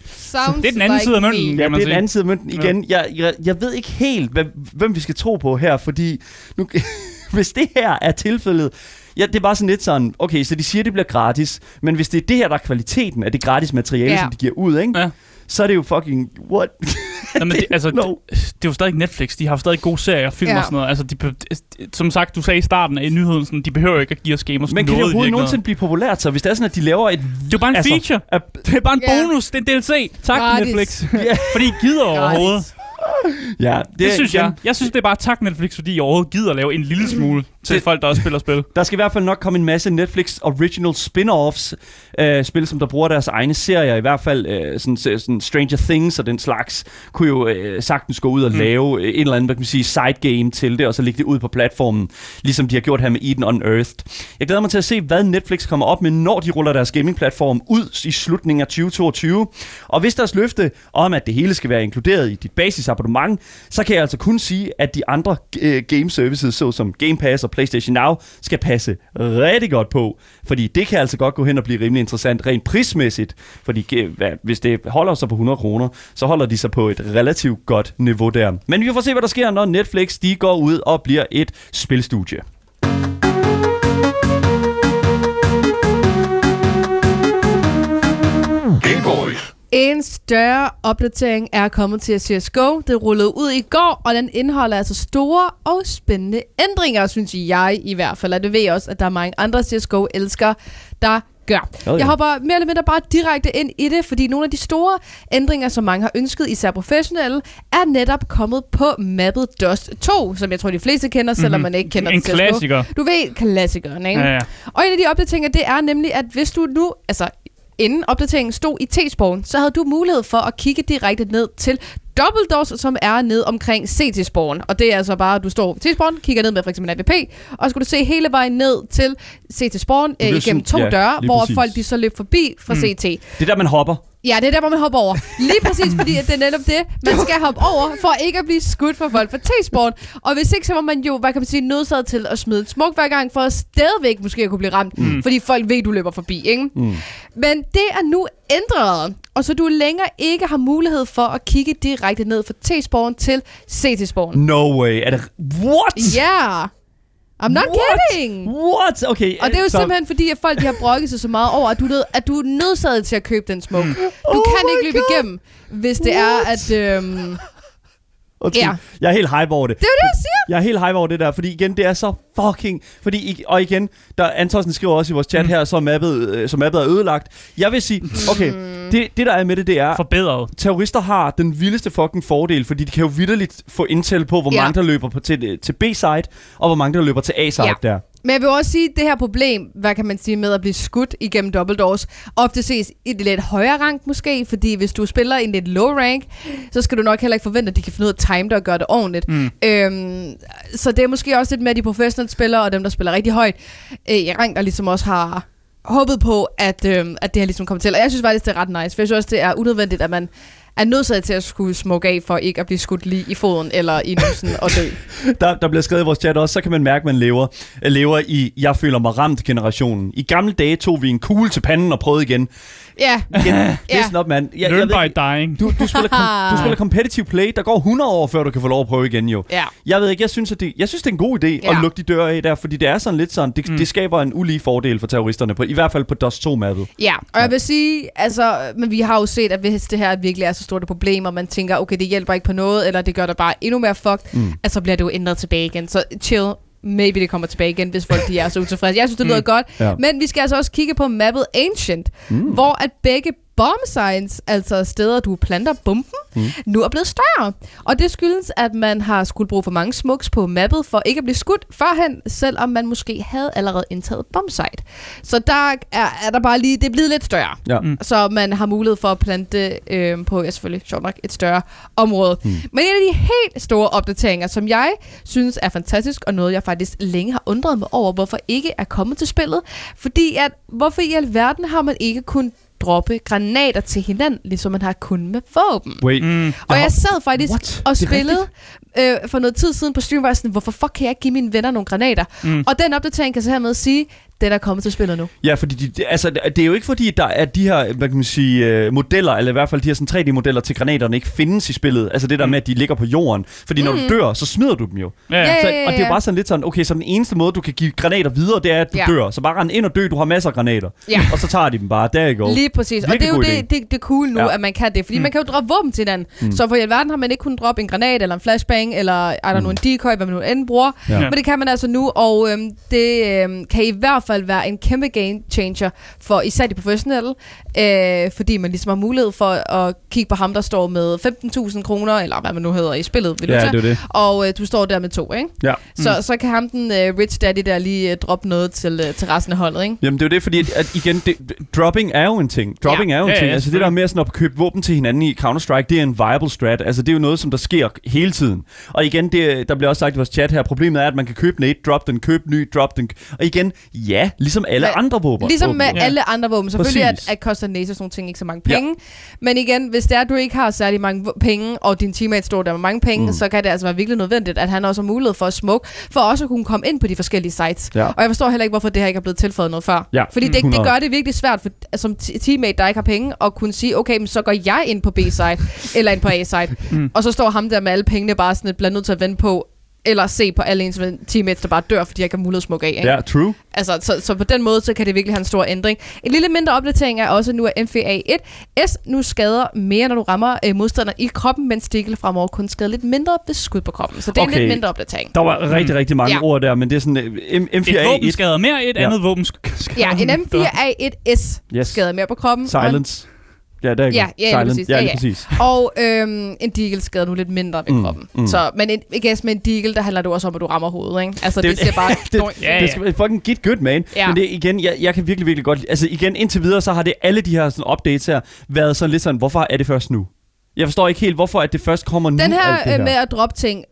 Speaker 4: Sounds
Speaker 3: Det er den anden
Speaker 4: like
Speaker 3: side af
Speaker 4: me.
Speaker 3: mønten.
Speaker 2: Ja,
Speaker 3: Kan man
Speaker 2: det er den
Speaker 3: sige.
Speaker 2: anden side af mønten igen. Ja. Jeg, jeg, jeg ved ikke helt, hvem, hvem vi skal tro på her, fordi nu, hvis det her er tilfældet, ja, det er bare sådan lidt sådan, okay, så de siger, det bliver gratis, men hvis det er det her, der er kvaliteten af det gratis materiale, ja.
Speaker 4: Ja.
Speaker 2: som de giver ud, ikke?
Speaker 3: Ja.
Speaker 2: så er det jo fucking, what?
Speaker 3: Nå, men det, altså,
Speaker 2: No.
Speaker 3: det, det er jo stadig Netflix. De har jo stadig gode serier, film ja.
Speaker 4: Ja.
Speaker 3: og sådan noget. Altså, de, be- som sagt, du sagde i starten af nyheden, sådan, de behøver ikke at give os Game of
Speaker 2: Men kan det
Speaker 3: noget i
Speaker 2: overhovedet
Speaker 3: virkeligheden.
Speaker 2: nogensinde blive populært, så hvis det er sådan, at de laver et...
Speaker 3: Det er jo bare en
Speaker 2: Altså,
Speaker 3: altså, feature.
Speaker 2: at-
Speaker 3: Det er bare en
Speaker 4: Ja.
Speaker 3: bonus. Det er en DLC. Tak,
Speaker 4: Gratis.
Speaker 3: Netflix.
Speaker 2: Ja.
Speaker 3: Fordi I gider
Speaker 4: Gratis.
Speaker 3: overhovedet.
Speaker 2: Ja,
Speaker 3: Det, det synes jeg. Jeg synes, det er bare tak, Netflix, fordi I overhovedet gider at lave en lille smule til
Speaker 2: Mm. Det-
Speaker 3: det. folk, der også spiller spil.
Speaker 2: Der skal i hvert fald nok komme en masse Netflix original spin-offs, øh, spil, som der bruger deres egne serier, i hvert fald øh, sådan, så- sådan Stranger Things og den slags, kunne jo øh, sagtens gå ud og mm. lave øh, en eller anden, hvad kan man sige, side game til det, og så lægge det ud på platformen, ligesom de har gjort her med Eden Unearthed. Jeg glæder mig til at se, hvad Netflix kommer op med, når de ruller deres gamingplatform ud i slutningen af 2022. Og hvis deres løfte om, at det hele skal være inkluderet i dit basisabonnement, så kan jeg altså kun sige, at de andre øh, game services, såsom Game Pass og PlayStation Now, skal passe rigtig godt på. Fordi det kan altså godt gå hen og blive rimelig interessant rent prismæssigt. Fordi øh, hvad- hvis det holder sig på 100 kroner, så holder de sig på et relativt godt niveau der. Men vi får se, hvad der sker, når Netflix de går ud og bliver et spilstudie.
Speaker 1: Game Boys.
Speaker 4: En større opdatering er kommet til CSGO. Det rullede ud i går, og den indeholder altså store og spændende ændringer, synes jeg i hvert fald. Og det ved jeg også, at der er mange andre CSGO-elskere, der gør.
Speaker 2: Jo, jo.
Speaker 4: Jeg hopper mere eller mindre bare direkte ind i det, fordi nogle af de store ændringer, som mange har ønsket, især professionelle, er netop kommet på mappet Dust 2, som jeg tror, de fleste kender, selvom man ikke kender
Speaker 3: Mhm. En
Speaker 4: til CS:GO.
Speaker 3: klassiker.
Speaker 4: Du ved klassikeren, ikke?
Speaker 3: Ja, ja.
Speaker 4: Og en af de opdateringer, det er nemlig, at hvis du nu, altså inden opdateringen stod i T-sporen, så havde du mulighed for at kigge direkte ned til Dobbeltdors, som er ned omkring CT-sporen. Og det er altså bare, at du står på T-sporen, kigger ned med f.eks. en AVP, og så skal du se hele vejen ned til CT-sporen øh,
Speaker 2: Det er
Speaker 4: igennem
Speaker 2: sådan-
Speaker 4: to
Speaker 2: ja,
Speaker 4: ja, døre,
Speaker 2: lige
Speaker 4: hvor
Speaker 2: præcis.
Speaker 4: præcis. folk de så løb forbi fra mm. CT.
Speaker 2: Det er der, man hopper.
Speaker 4: Ja, det er der, hvor man hopper over. Lige præcis, fordi at det er netop det, man skal hoppe over, for ikke at blive skudt for folk fra T-sport. Og hvis ikke, så var man jo, hvad kan man sige, nødsaget til at smide et smuk hver gang, for at stadigvæk måske at kunne blive ramt, mm. fordi folk ved, du løber forbi, ikke? Mm. Men det er nu ændret, og så du længere ikke har mulighed for at kigge direkte ned fra T-sporten til CT-sporten.
Speaker 2: No way. Er det... What?
Speaker 4: Ja! Yeah. I'm not
Speaker 2: What?
Speaker 4: kidding!
Speaker 2: What? Okay.
Speaker 4: Og det er jo
Speaker 2: så-
Speaker 4: simpelthen fordi, at folk de har brokket sig så meget over, at du, er nød, at du er nødsaget til at købe den smoke. Du
Speaker 2: Oh
Speaker 4: kan
Speaker 2: my
Speaker 4: ikke løbe
Speaker 2: God.
Speaker 4: igennem, hvis det
Speaker 2: What?
Speaker 4: er, at... Øhm,
Speaker 2: Undskyld.
Speaker 4: Ja.
Speaker 2: Jeg er helt hype over det.
Speaker 4: Det er jo det, jeg siger.
Speaker 2: Jeg er helt hype over det der, fordi igen, det er så fucking... Fordi, I- og igen, der Antonsen skriver også i vores chat mm. her, så er mappet, øh, så mappet er ødelagt. Jeg vil sige, okay, det, det der er med det, det er...
Speaker 3: Forbedret.
Speaker 2: Terrorister har den vildeste fucking fordel, fordi de kan jo vidderligt få intel på, hvor
Speaker 4: Ja.
Speaker 2: ja. mange der løber på til, til B-side, og hvor mange der løber til A-side
Speaker 4: Ja.
Speaker 2: ja. der.
Speaker 4: Men jeg vil også sige, at det her problem, hvad kan man sige, med at blive skudt igennem dobbeltdoors, ofte ses i det lidt højere rank måske, fordi hvis du spiller i en lidt low rank, så skal du nok heller ikke forvente, at de kan finde ud af at time det og gøre det ordentligt. Mm. Øhm, så det er måske også lidt med de professionelle spillere og dem, der spiller rigtig højt øh, i rank, der ligesom også har håbet på, at, øh, at det her ligesom kommer til. Og jeg synes faktisk, det er ret nice, for jeg synes også, det er unødvendigt, at man er nødsaget til at skulle smukke af for ikke at blive skudt lige i foden eller i nusen og dø.
Speaker 2: Der, der bliver skrevet i vores chat også, så kan man mærke, at man lever, øh, lever i jeg føler mig ramt-generationen. I gamle dage tog vi en kugle til panden og prøvede igen.
Speaker 4: Ja,
Speaker 2: igen.
Speaker 4: Ja.
Speaker 2: Listen op, mand. Jeg, jeg
Speaker 3: Learn
Speaker 2: ved
Speaker 3: by
Speaker 2: ikke-
Speaker 3: dying.
Speaker 2: du, du, spiller kom, du spiller competitive play. Der går 100 år, før du kan få lov at prøve igen, jo.
Speaker 4: ja.
Speaker 2: Jeg ved ikke, jeg synes, at det, jeg synes, det er en god idé ja.
Speaker 4: Ja.
Speaker 2: at lukke de døre af der, fordi det er sådan lidt sådan, det, mm. det skaber en ulige fordel for terroristerne, på, i hvert fald på Dust 2-mappet.
Speaker 4: Ja, og jeg vil sige, altså, men vi har jo set, at hvis det her virkelig er så stort et problem, og man tænker, okay, det hjælper ikke på noget, eller det gør dig bare endnu mere fucked, mm. altså så bliver det jo ændret tilbage igen. Så chill, maybe det kommer tilbage igen, hvis folk de er så utilfredse. Jeg synes, det lyder mm. godt,
Speaker 2: Ja.
Speaker 4: men vi skal altså også kigge på mappet Ancient, mm. hvor at begge bomb signs, altså steder, du planter bomben, mm. nu er blevet større. Og det skyldes, at man har skulle bruge for mange smuks på mappet for ikke at blive skudt førhen, selvom man måske havde allerede indtaget bomb site. Så der er, er der bare lige, det er blevet lidt større.
Speaker 2: Ja. Mm.
Speaker 4: Så man har mulighed for at plante øh, på, ja selvfølgelig, sjovt nok, et større område.
Speaker 2: Hmm.
Speaker 4: Mm. Men en af de helt store opdateringer, som jeg synes er fantastisk, og noget jeg faktisk længe har undret mig over, hvorfor ikke er kommet til spillet, fordi at, hvorfor i alverden har man ikke kun droppe granater til hinanden, ligesom man har kun med våben.
Speaker 2: Wait. Mm.
Speaker 4: Og jeg sad faktisk
Speaker 2: What?
Speaker 4: What? og
Speaker 2: Det er
Speaker 4: spillede øh, for noget tid siden på stream, var jeg sådan, hvorfor fuck kan jeg ikke give mine venner nogle granater?
Speaker 2: Hmm.
Speaker 4: Mm. Og den opdatering kan jeg så hermed sige, den er kommet til spillet nu.
Speaker 2: Ja, fordi de, de- altså, det det er jo ikke fordi, der er de her hvad kan man sige, øh, modeller, eller i hvert fald de her sådan 3D-modeller til granaterne ikke findes i spillet. Altså det der med, at de ligger på jorden. Fordi når
Speaker 4: Mm.
Speaker 2: du dør, så smider du dem jo.
Speaker 3: Ja,
Speaker 4: Ja,
Speaker 3: ja.
Speaker 4: ja.
Speaker 2: Så, og det er jo bare sådan lidt sådan, okay, så den eneste måde, du kan give granater videre, det er, at du
Speaker 4: Øh. Ja.
Speaker 2: ja. dør. Så bare rend ind og dø, du har masser af granater.
Speaker 4: Ja.
Speaker 2: Og så tager de dem bare, der ikke
Speaker 4: Lige præcis. Og
Speaker 2: Virkelig
Speaker 4: det er jo
Speaker 2: god idé.
Speaker 4: det, det, det cool nu, ja.
Speaker 2: Ja.
Speaker 4: at man kan det. Fordi mm. man kan jo droppe våben til hinanden. Mm. Så for i alverden har man ikke kunnet droppe en granat, eller en flashbang, eller er der mm. en decoy, hvad man nu end bruger. Ja.
Speaker 2: Ja.
Speaker 4: Men det kan man altså nu, og øhm, det øhm, kan i hvert fald være en kæmpe game changer for især de professionelle. Øh, fordi man ligesom har mulighed for at kigge på ham, der står med 15.000 kroner, eller hvad man nu hedder i spillet, vil du
Speaker 2: Ja,
Speaker 4: tage.
Speaker 2: det er det. Mm.
Speaker 4: Og øh, du står der med to, ikke?
Speaker 2: Ja.
Speaker 4: Så, så kan ham den øh, rich daddy der lige øh, droppe noget til, øh, til resten af holdet, ikke?
Speaker 2: Jamen det er jo det, fordi at, at igen, det, dropping er jo en ting. Dropping er jo en
Speaker 3: Ja, ja,
Speaker 2: ting. Altså det der med sådan at købe våben til hinanden i Counter-Strike, det er en viable strat. Altså det er jo noget, som der sker hele tiden. Og igen, det, der bliver også sagt i vores chat her, problemet er, at man kan købe nade, drop den, købe ny, drop den. Og igen, ja, ligesom alle
Speaker 4: Men-
Speaker 2: andre våben.
Speaker 4: Ligesom med
Speaker 3: Ja.
Speaker 4: ja. alle andre våben. Selvfølgelig at,
Speaker 2: Præcis.
Speaker 4: at koster næse og sådan nogle ting ikke så mange
Speaker 2: Ja.
Speaker 4: penge. Ja. Men igen, hvis det er, at du ikke har særlig mange v- penge, og din teammate står der med mange penge, mm. så kan det altså være virkelig nødvendigt, at han også har mulighed for at smoke, for også at kunne komme ind på de forskellige sites.
Speaker 2: Ja.
Speaker 4: Og jeg forstår heller ikke, hvorfor det her ikke er blevet tilføjet noget før.
Speaker 2: Ja,
Speaker 4: Fordi det, det
Speaker 2: 100.
Speaker 4: gør det virkelig svært for, altså, som t- teammate, der ikke har penge, at kunne sige, okay, men så går jeg ind på B-site, eller ind på A-site. Mm. Og så står ham der med alle pengene bare sådan et blandt nødt til at vende på, eller se på alle ens ven- teammates, der bare dør, fordi jeg ikke har mulighed at smukke af. Ikke?
Speaker 2: Ja, true.
Speaker 4: Altså, så, så på den måde, så kan det virkelig have en stor ændring. En lille mindre opdatering er også, at nu er MFA1 S nu skader mere, når du rammer øh, modstanderen i kroppen, mens stikkel fremover kun skader lidt mindre ved skud på kroppen. Så det er okay. en
Speaker 2: Okay.
Speaker 4: lidt mindre opdatering.
Speaker 2: Der var rigtig, rigtig mange
Speaker 4: Ja.
Speaker 2: ja. ord der, men det er sådan... øh, M-
Speaker 3: Et våben
Speaker 2: M4A1,
Speaker 3: skader mere, et
Speaker 2: Ja.
Speaker 3: andet våben sk- skader
Speaker 4: Ja, en
Speaker 3: mindre.
Speaker 4: M4A1 S yes.
Speaker 2: Yes.
Speaker 4: skader mere på kroppen. og en-
Speaker 2: silence. Ja, der er
Speaker 4: Hm, Ja, ja, lige præcis.
Speaker 2: Silent. Ja,
Speaker 4: Ja,
Speaker 2: lige
Speaker 4: ja.
Speaker 2: præcis.
Speaker 4: Og øhm, en deagle skader nu lidt mindre ved mm,
Speaker 2: Mm,
Speaker 4: kroppen. Mm.
Speaker 2: mm.
Speaker 4: Så, men en, I guess, med en deagle, der handler det også om, at du rammer hovedet. Ikke? Altså, det,
Speaker 2: Det er
Speaker 4: det
Speaker 2: jo-
Speaker 4: siger bare...
Speaker 2: det,
Speaker 3: Ja,
Speaker 2: ja,
Speaker 3: ja.
Speaker 2: ja. det skal være fucking get good, man.
Speaker 4: Ja.
Speaker 2: Ja. Men det er igen, jeg, jeg kan virkelig, virkelig godt... lide- Altså igen, indtil videre, så har det alle de her sådan, updates her været sådan lidt sådan, hvorfor er det først nu? Jeg forstår ikke helt, hvorfor at det først kommer nu,
Speaker 4: Den
Speaker 2: alt det
Speaker 4: her
Speaker 2: her.
Speaker 4: øh, med at droppe ting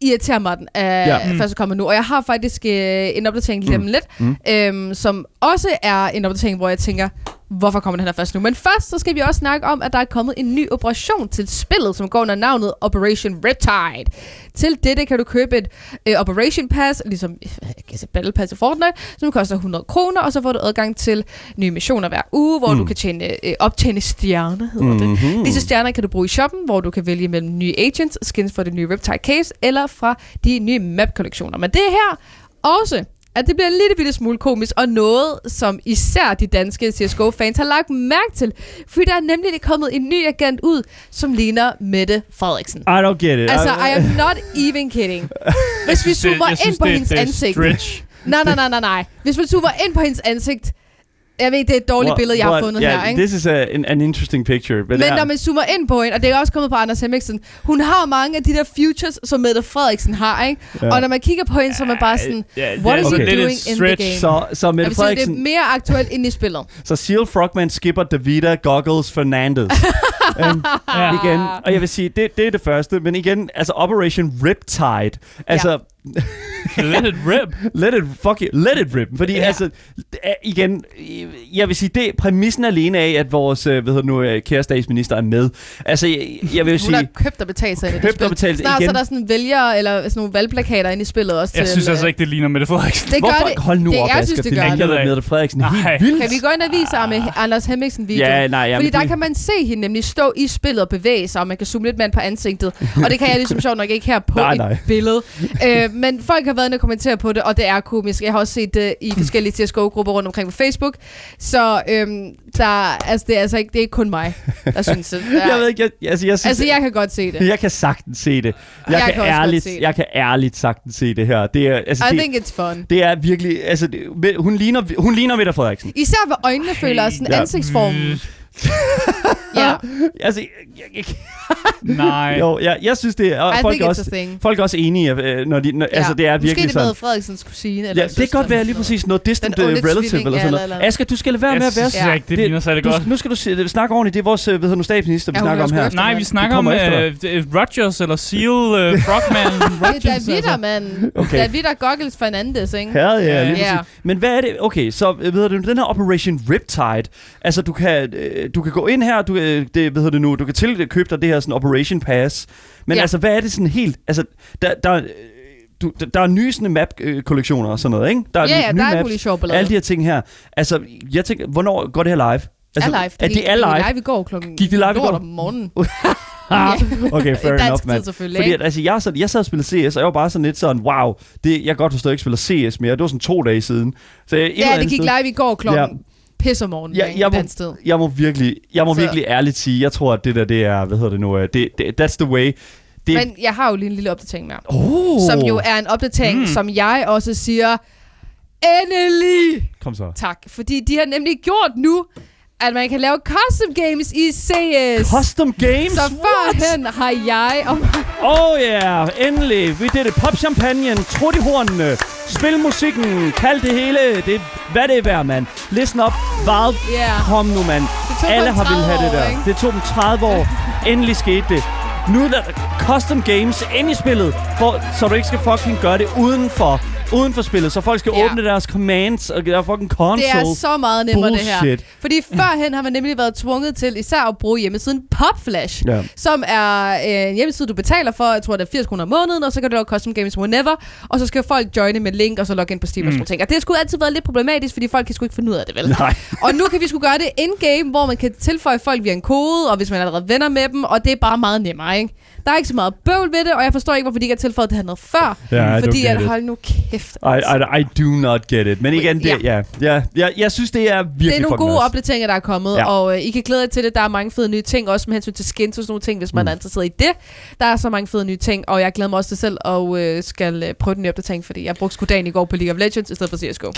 Speaker 4: irriterer mig, at den er
Speaker 2: Ja.
Speaker 4: ja. først kommer nu. Og jeg har faktisk øh, en opdatering lige om lidt, mm. øhm, som også er en opdatering, hvor jeg tænker, hvorfor kommer den her først nu? Men først så skal vi også snakke om, at der er kommet en ny operation til spillet, som går under navnet Operation Riptide. Til dette kan du købe et øh, Operation Pass, ligesom øh, et Battle Pass i Fortnite, som koster 100 kroner, og så får du adgang til nye missioner hver uge, hvor mm. du kan tjene, øh, optjene stjerner, hedder mm. det.
Speaker 2: Mm-hmm.
Speaker 4: Disse stjerner kan du bruge i shoppen, hvor du kan vælge mellem nye agents, skins for det nye Riptide Caves, eller fra de nye map-kollektioner. Men det er her også at det bliver en lille bitte smule komisk, og noget, som især de danske CSGO-fans har lagt mærke til. Fordi der er nemlig lige kommet en ny agent ud, som ligner Mette Frederiksen.
Speaker 2: I don't get it.
Speaker 4: Altså,
Speaker 2: I,
Speaker 4: I am not even kidding. Hvis vi zoomer ind på hendes ansigt...
Speaker 3: Stretch.
Speaker 4: Nej, nej, nej, nej, nej. Hvis man zoomer ind på hendes ansigt... Jeg ved, det er et dårligt
Speaker 2: What-
Speaker 4: billede, jeg har
Speaker 2: what-
Speaker 4: fundet
Speaker 2: yeah,
Speaker 4: her, ikke?
Speaker 2: This is a, an, an interesting picture. But
Speaker 4: Men når man zoomer ind på hende, og det er også kommet på Anders Hemmingsen, hun har jo mange af de der futures, som Mette Frederiksen har, ikke?
Speaker 2: Ja.
Speaker 4: Ja. Og når man kigger på hende, så er man bare sådan,
Speaker 3: Ja, det
Speaker 4: what
Speaker 3: er
Speaker 4: is
Speaker 2: sådan
Speaker 4: he
Speaker 2: lidt
Speaker 4: doing in
Speaker 3: et
Speaker 4: the
Speaker 3: stretch,
Speaker 4: game?
Speaker 2: så, så
Speaker 4: jeg
Speaker 2: Mette
Speaker 4: vil sige, det er
Speaker 2: Frederiksen,
Speaker 4: mere aktuelt ind i spillet.
Speaker 2: så Seal Frogman skipper Davida Goggles Fernandes.
Speaker 3: Ja.
Speaker 2: igen. Og jeg vil sige, det, det er det første. Men igen, altså Operation Riptide. Altså,
Speaker 4: Ja.
Speaker 3: Let it rip.
Speaker 2: let it fuck it, let it rip. Fordi ja.
Speaker 4: Ja.
Speaker 2: altså, øh, igen, øh, jeg vil sige, det er præmissen alene af, at vores, øh, hvad hedder det nu, øh, kære statsminister er med. Altså, jeg, jeg vil jo
Speaker 4: Hun
Speaker 2: sige,
Speaker 4: har købt og betalt sig ind i det
Speaker 2: købt og
Speaker 4: spil.
Speaker 2: betalt
Speaker 4: Snart
Speaker 2: igen.
Speaker 4: så er der sådan vælger, eller sådan nogle valgplakater ind i spillet også.
Speaker 3: Jeg
Speaker 4: til, øh,
Speaker 3: synes altså ikke, det ligner Mette Frederiksen.
Speaker 4: Det gør
Speaker 2: hvorfor,
Speaker 4: det.
Speaker 2: hold nu
Speaker 4: det,
Speaker 2: op,
Speaker 4: jeg
Speaker 2: Asger,
Speaker 4: synes, det
Speaker 2: det
Speaker 4: gør
Speaker 3: ligner
Speaker 4: det.
Speaker 2: ligner Mette Frederiksen
Speaker 3: Nej.
Speaker 2: helt vildt.
Speaker 4: Kan vi gå ind og vise ham med Anders Hemmingsen video?
Speaker 2: Ja, nej, ja,
Speaker 4: Fordi
Speaker 2: men
Speaker 4: der
Speaker 2: det-
Speaker 4: kan man se hende nemlig stå i spillet og bevæge sig, og man kan zoome lidt med på ansigtet. Og det kan jeg ligesom sjovt nok ikke her på
Speaker 2: Nej,
Speaker 4: et
Speaker 2: nej.
Speaker 4: billede. Øh, men folk har været inde og kommentere på det, og det er komisk. Jeg har også set det i forskellige TSGO-grupper rundt omkring på Facebook. Så øhm, der, altså, det, er altså ikke, det er ikke kun mig, der synes det. Der,
Speaker 2: Jeg ved ikke, jeg, altså, jeg synes,
Speaker 4: altså, jeg kan godt se det.
Speaker 2: jeg kan sagtens se det. Jeg,
Speaker 4: Jeg
Speaker 2: kan,
Speaker 4: kan også godt
Speaker 2: ærligt,
Speaker 4: se det.
Speaker 2: jeg kan ærligt sagtens se det her. Det er, altså,
Speaker 4: I
Speaker 2: det,
Speaker 4: think it's fun.
Speaker 2: det er virkelig, altså, det, hun, ligner, hun ligner Mette Frederiksen.
Speaker 4: Især hvor øjnene føler og sådan
Speaker 2: Ja. Mm.
Speaker 4: ansigtsformen. Ja,
Speaker 2: Altså, jeg, jeg,
Speaker 3: Mm, Nej.
Speaker 2: jeg, jo, jeg, jeg synes, det er, og
Speaker 4: I
Speaker 2: folk
Speaker 4: think
Speaker 2: er
Speaker 4: it's
Speaker 2: også,
Speaker 4: a thing.
Speaker 2: folk er også enige, øh, når de, når, ja. altså, det er virkelig
Speaker 4: Måske det
Speaker 2: sådan.
Speaker 4: er med Frederiksens kusine. Eller
Speaker 2: Ja, det kan godt være lige præcis noget distant
Speaker 4: Den
Speaker 2: øh,
Speaker 4: onde
Speaker 2: relative
Speaker 4: tvilling,
Speaker 2: eller
Speaker 4: ja,
Speaker 2: sådan
Speaker 4: eller-
Speaker 2: noget.
Speaker 4: eller-
Speaker 2: Asger, du skal lade være
Speaker 3: Jeg
Speaker 2: med at være
Speaker 3: synes
Speaker 2: så...
Speaker 4: Ja.
Speaker 3: ikke, det ligner særlig
Speaker 2: Du,
Speaker 3: godt.
Speaker 2: nu skal du se- snakke ordentligt. Det er vores, øh, hvad hedder nu, statsminister, vi
Speaker 4: Ja, hun
Speaker 2: snakker om
Speaker 4: er
Speaker 2: her.
Speaker 4: sgu
Speaker 3: Nej, vi snakker om
Speaker 2: kommer efter
Speaker 3: øh, øh, Rogers eller Seal, øh, Frogman,
Speaker 4: Det er
Speaker 2: altså.
Speaker 3: Rogers. altså.
Speaker 4: Davida, mand.
Speaker 2: Okay.
Speaker 4: Okay. Davida Goggles Fernandes, ikke?
Speaker 2: Herre, ja, lige
Speaker 4: Ja.
Speaker 2: præcis. Men hvad er det? Okay, så øh, ved du, den her Operation Riptide, altså du kan, øh, du kan gå ind her, du, øh, det, hvad hedder det nu, du kan til øh, købe dig det her sådan Operation Pass, men
Speaker 4: Ja.
Speaker 2: altså hvad er det sådan helt, altså der, der, øh, du, der, der er nye sådan map-kollektioner og sådan noget, ikke? Der er
Speaker 4: Ja, ja,
Speaker 2: nye
Speaker 4: der er
Speaker 2: maps,
Speaker 4: mulig sjov ballade.
Speaker 2: alle de her ting her. Altså, jeg tænker, hvornår går det her live? Altså,
Speaker 4: er live.
Speaker 2: Er
Speaker 4: fordi
Speaker 2: det er
Speaker 4: vi
Speaker 2: live?
Speaker 4: live i går klokken
Speaker 2: Gik det live
Speaker 4: lort
Speaker 2: i går?
Speaker 4: om morgenen.
Speaker 2: Okay, fair
Speaker 4: Dansk
Speaker 2: enough,
Speaker 4: tid
Speaker 2: mand.
Speaker 4: selvfølgelig,
Speaker 2: Fordi
Speaker 4: ikke?
Speaker 2: at, altså, jeg, sad, jeg sad og spillede CS, og jeg var bare sådan lidt sådan, wow, det, jeg kan godt forstå, at jeg ikke spiller CS mere. Det var sådan to dage siden. Så jeg, et eller
Speaker 4: Ja, det
Speaker 2: andet
Speaker 4: gik
Speaker 2: sted-
Speaker 4: live i går klokken pis om morgenen.
Speaker 2: Ja,
Speaker 4: Ja,
Speaker 2: jeg
Speaker 4: jeg
Speaker 2: må-
Speaker 4: sted.
Speaker 2: Jeg må virkelig, jeg må
Speaker 4: Så-
Speaker 2: virkelig ærligt sige, jeg tror, at det der, det er, hvad hedder det nu, øh, det, det, that's the way. Det,
Speaker 4: Men jeg har jo lige en lille opdatering mere.
Speaker 2: oh, Hmm.
Speaker 4: Som jo er en opdatering,
Speaker 3: Mm.
Speaker 4: som jeg også siger, endelig
Speaker 2: Kom så.
Speaker 4: tak. Fordi de har nemlig gjort nu, at man kan lave custom games i CS.
Speaker 2: Custom games?
Speaker 4: så førhen har jeg og
Speaker 2: Oh yeah, endelig. Vi did det. Pop champagne, trut i hornene, spil musikken, kald det hele. Det, hvad det er værd, mand. Listen op. Valve,
Speaker 4: Ja.
Speaker 2: kom nu, mand.
Speaker 4: tog
Speaker 2: Alle
Speaker 4: kun
Speaker 2: har ville have
Speaker 4: 30
Speaker 2: det
Speaker 4: år,
Speaker 2: der.
Speaker 4: ikke?
Speaker 2: Det tog dem 30 år. endelig skete det. Nu er der custom games ind i spillet, for, så du ikke skal fucking gøre det udenfor, uden for spillet. Så folk skal
Speaker 4: Ja.
Speaker 2: åbne deres commands og deres fucking console.
Speaker 4: Det er så meget nemmere det her.
Speaker 2: Bullshit.
Speaker 4: Fordi førhen har man nemlig været tvunget til især at bruge hjemmesiden Popflash,
Speaker 2: Ja.
Speaker 4: som er øh, en hjemmeside, du betaler for, jeg tror det er 80 kroner om måneden, og så kan du lave custom games whenever, og så skal folk joine med link, og så logge ind på Steam mm. og sådan nogle ting. Og det har sgu altid været lidt problematisk, fordi folk kan sgu ikke finde ud af det, vel?
Speaker 2: Nej.
Speaker 4: og nu kan vi sgu gøre det in-game, hvor man kan tilføje folk via en kode, og hvis man allerede venner med dem, og det er bare meget nemmere, ikke? Der er ikke så meget bøvl ved det, og jeg forstår ikke, hvorfor de ikke har tilføjet det her noget før.
Speaker 2: Ja, I don't
Speaker 4: fordi
Speaker 2: get
Speaker 4: at,
Speaker 2: it.
Speaker 4: hold nu kæft. altså.
Speaker 2: I, I, I do not get it. Men igen, det, ja.
Speaker 4: Ja.
Speaker 2: Ja, ja, jeg, jeg synes, det er virkelig
Speaker 4: det er nogle
Speaker 2: fucking
Speaker 4: gode
Speaker 2: nice.
Speaker 4: opdateringer, der er kommet,
Speaker 2: Ja.
Speaker 4: ja. og øh, I kan glæde jer til det. Der er mange fede nye ting, også med hensyn til skins og sådan nogle ting, hvis man mm. er interesseret i det. Der er så mange fede nye ting, og jeg glæder mig også til selv og øh, skal øh, prøve den nye opdatering, fordi jeg brugte sgu dagen i går på League of Legends i stedet for CSGO.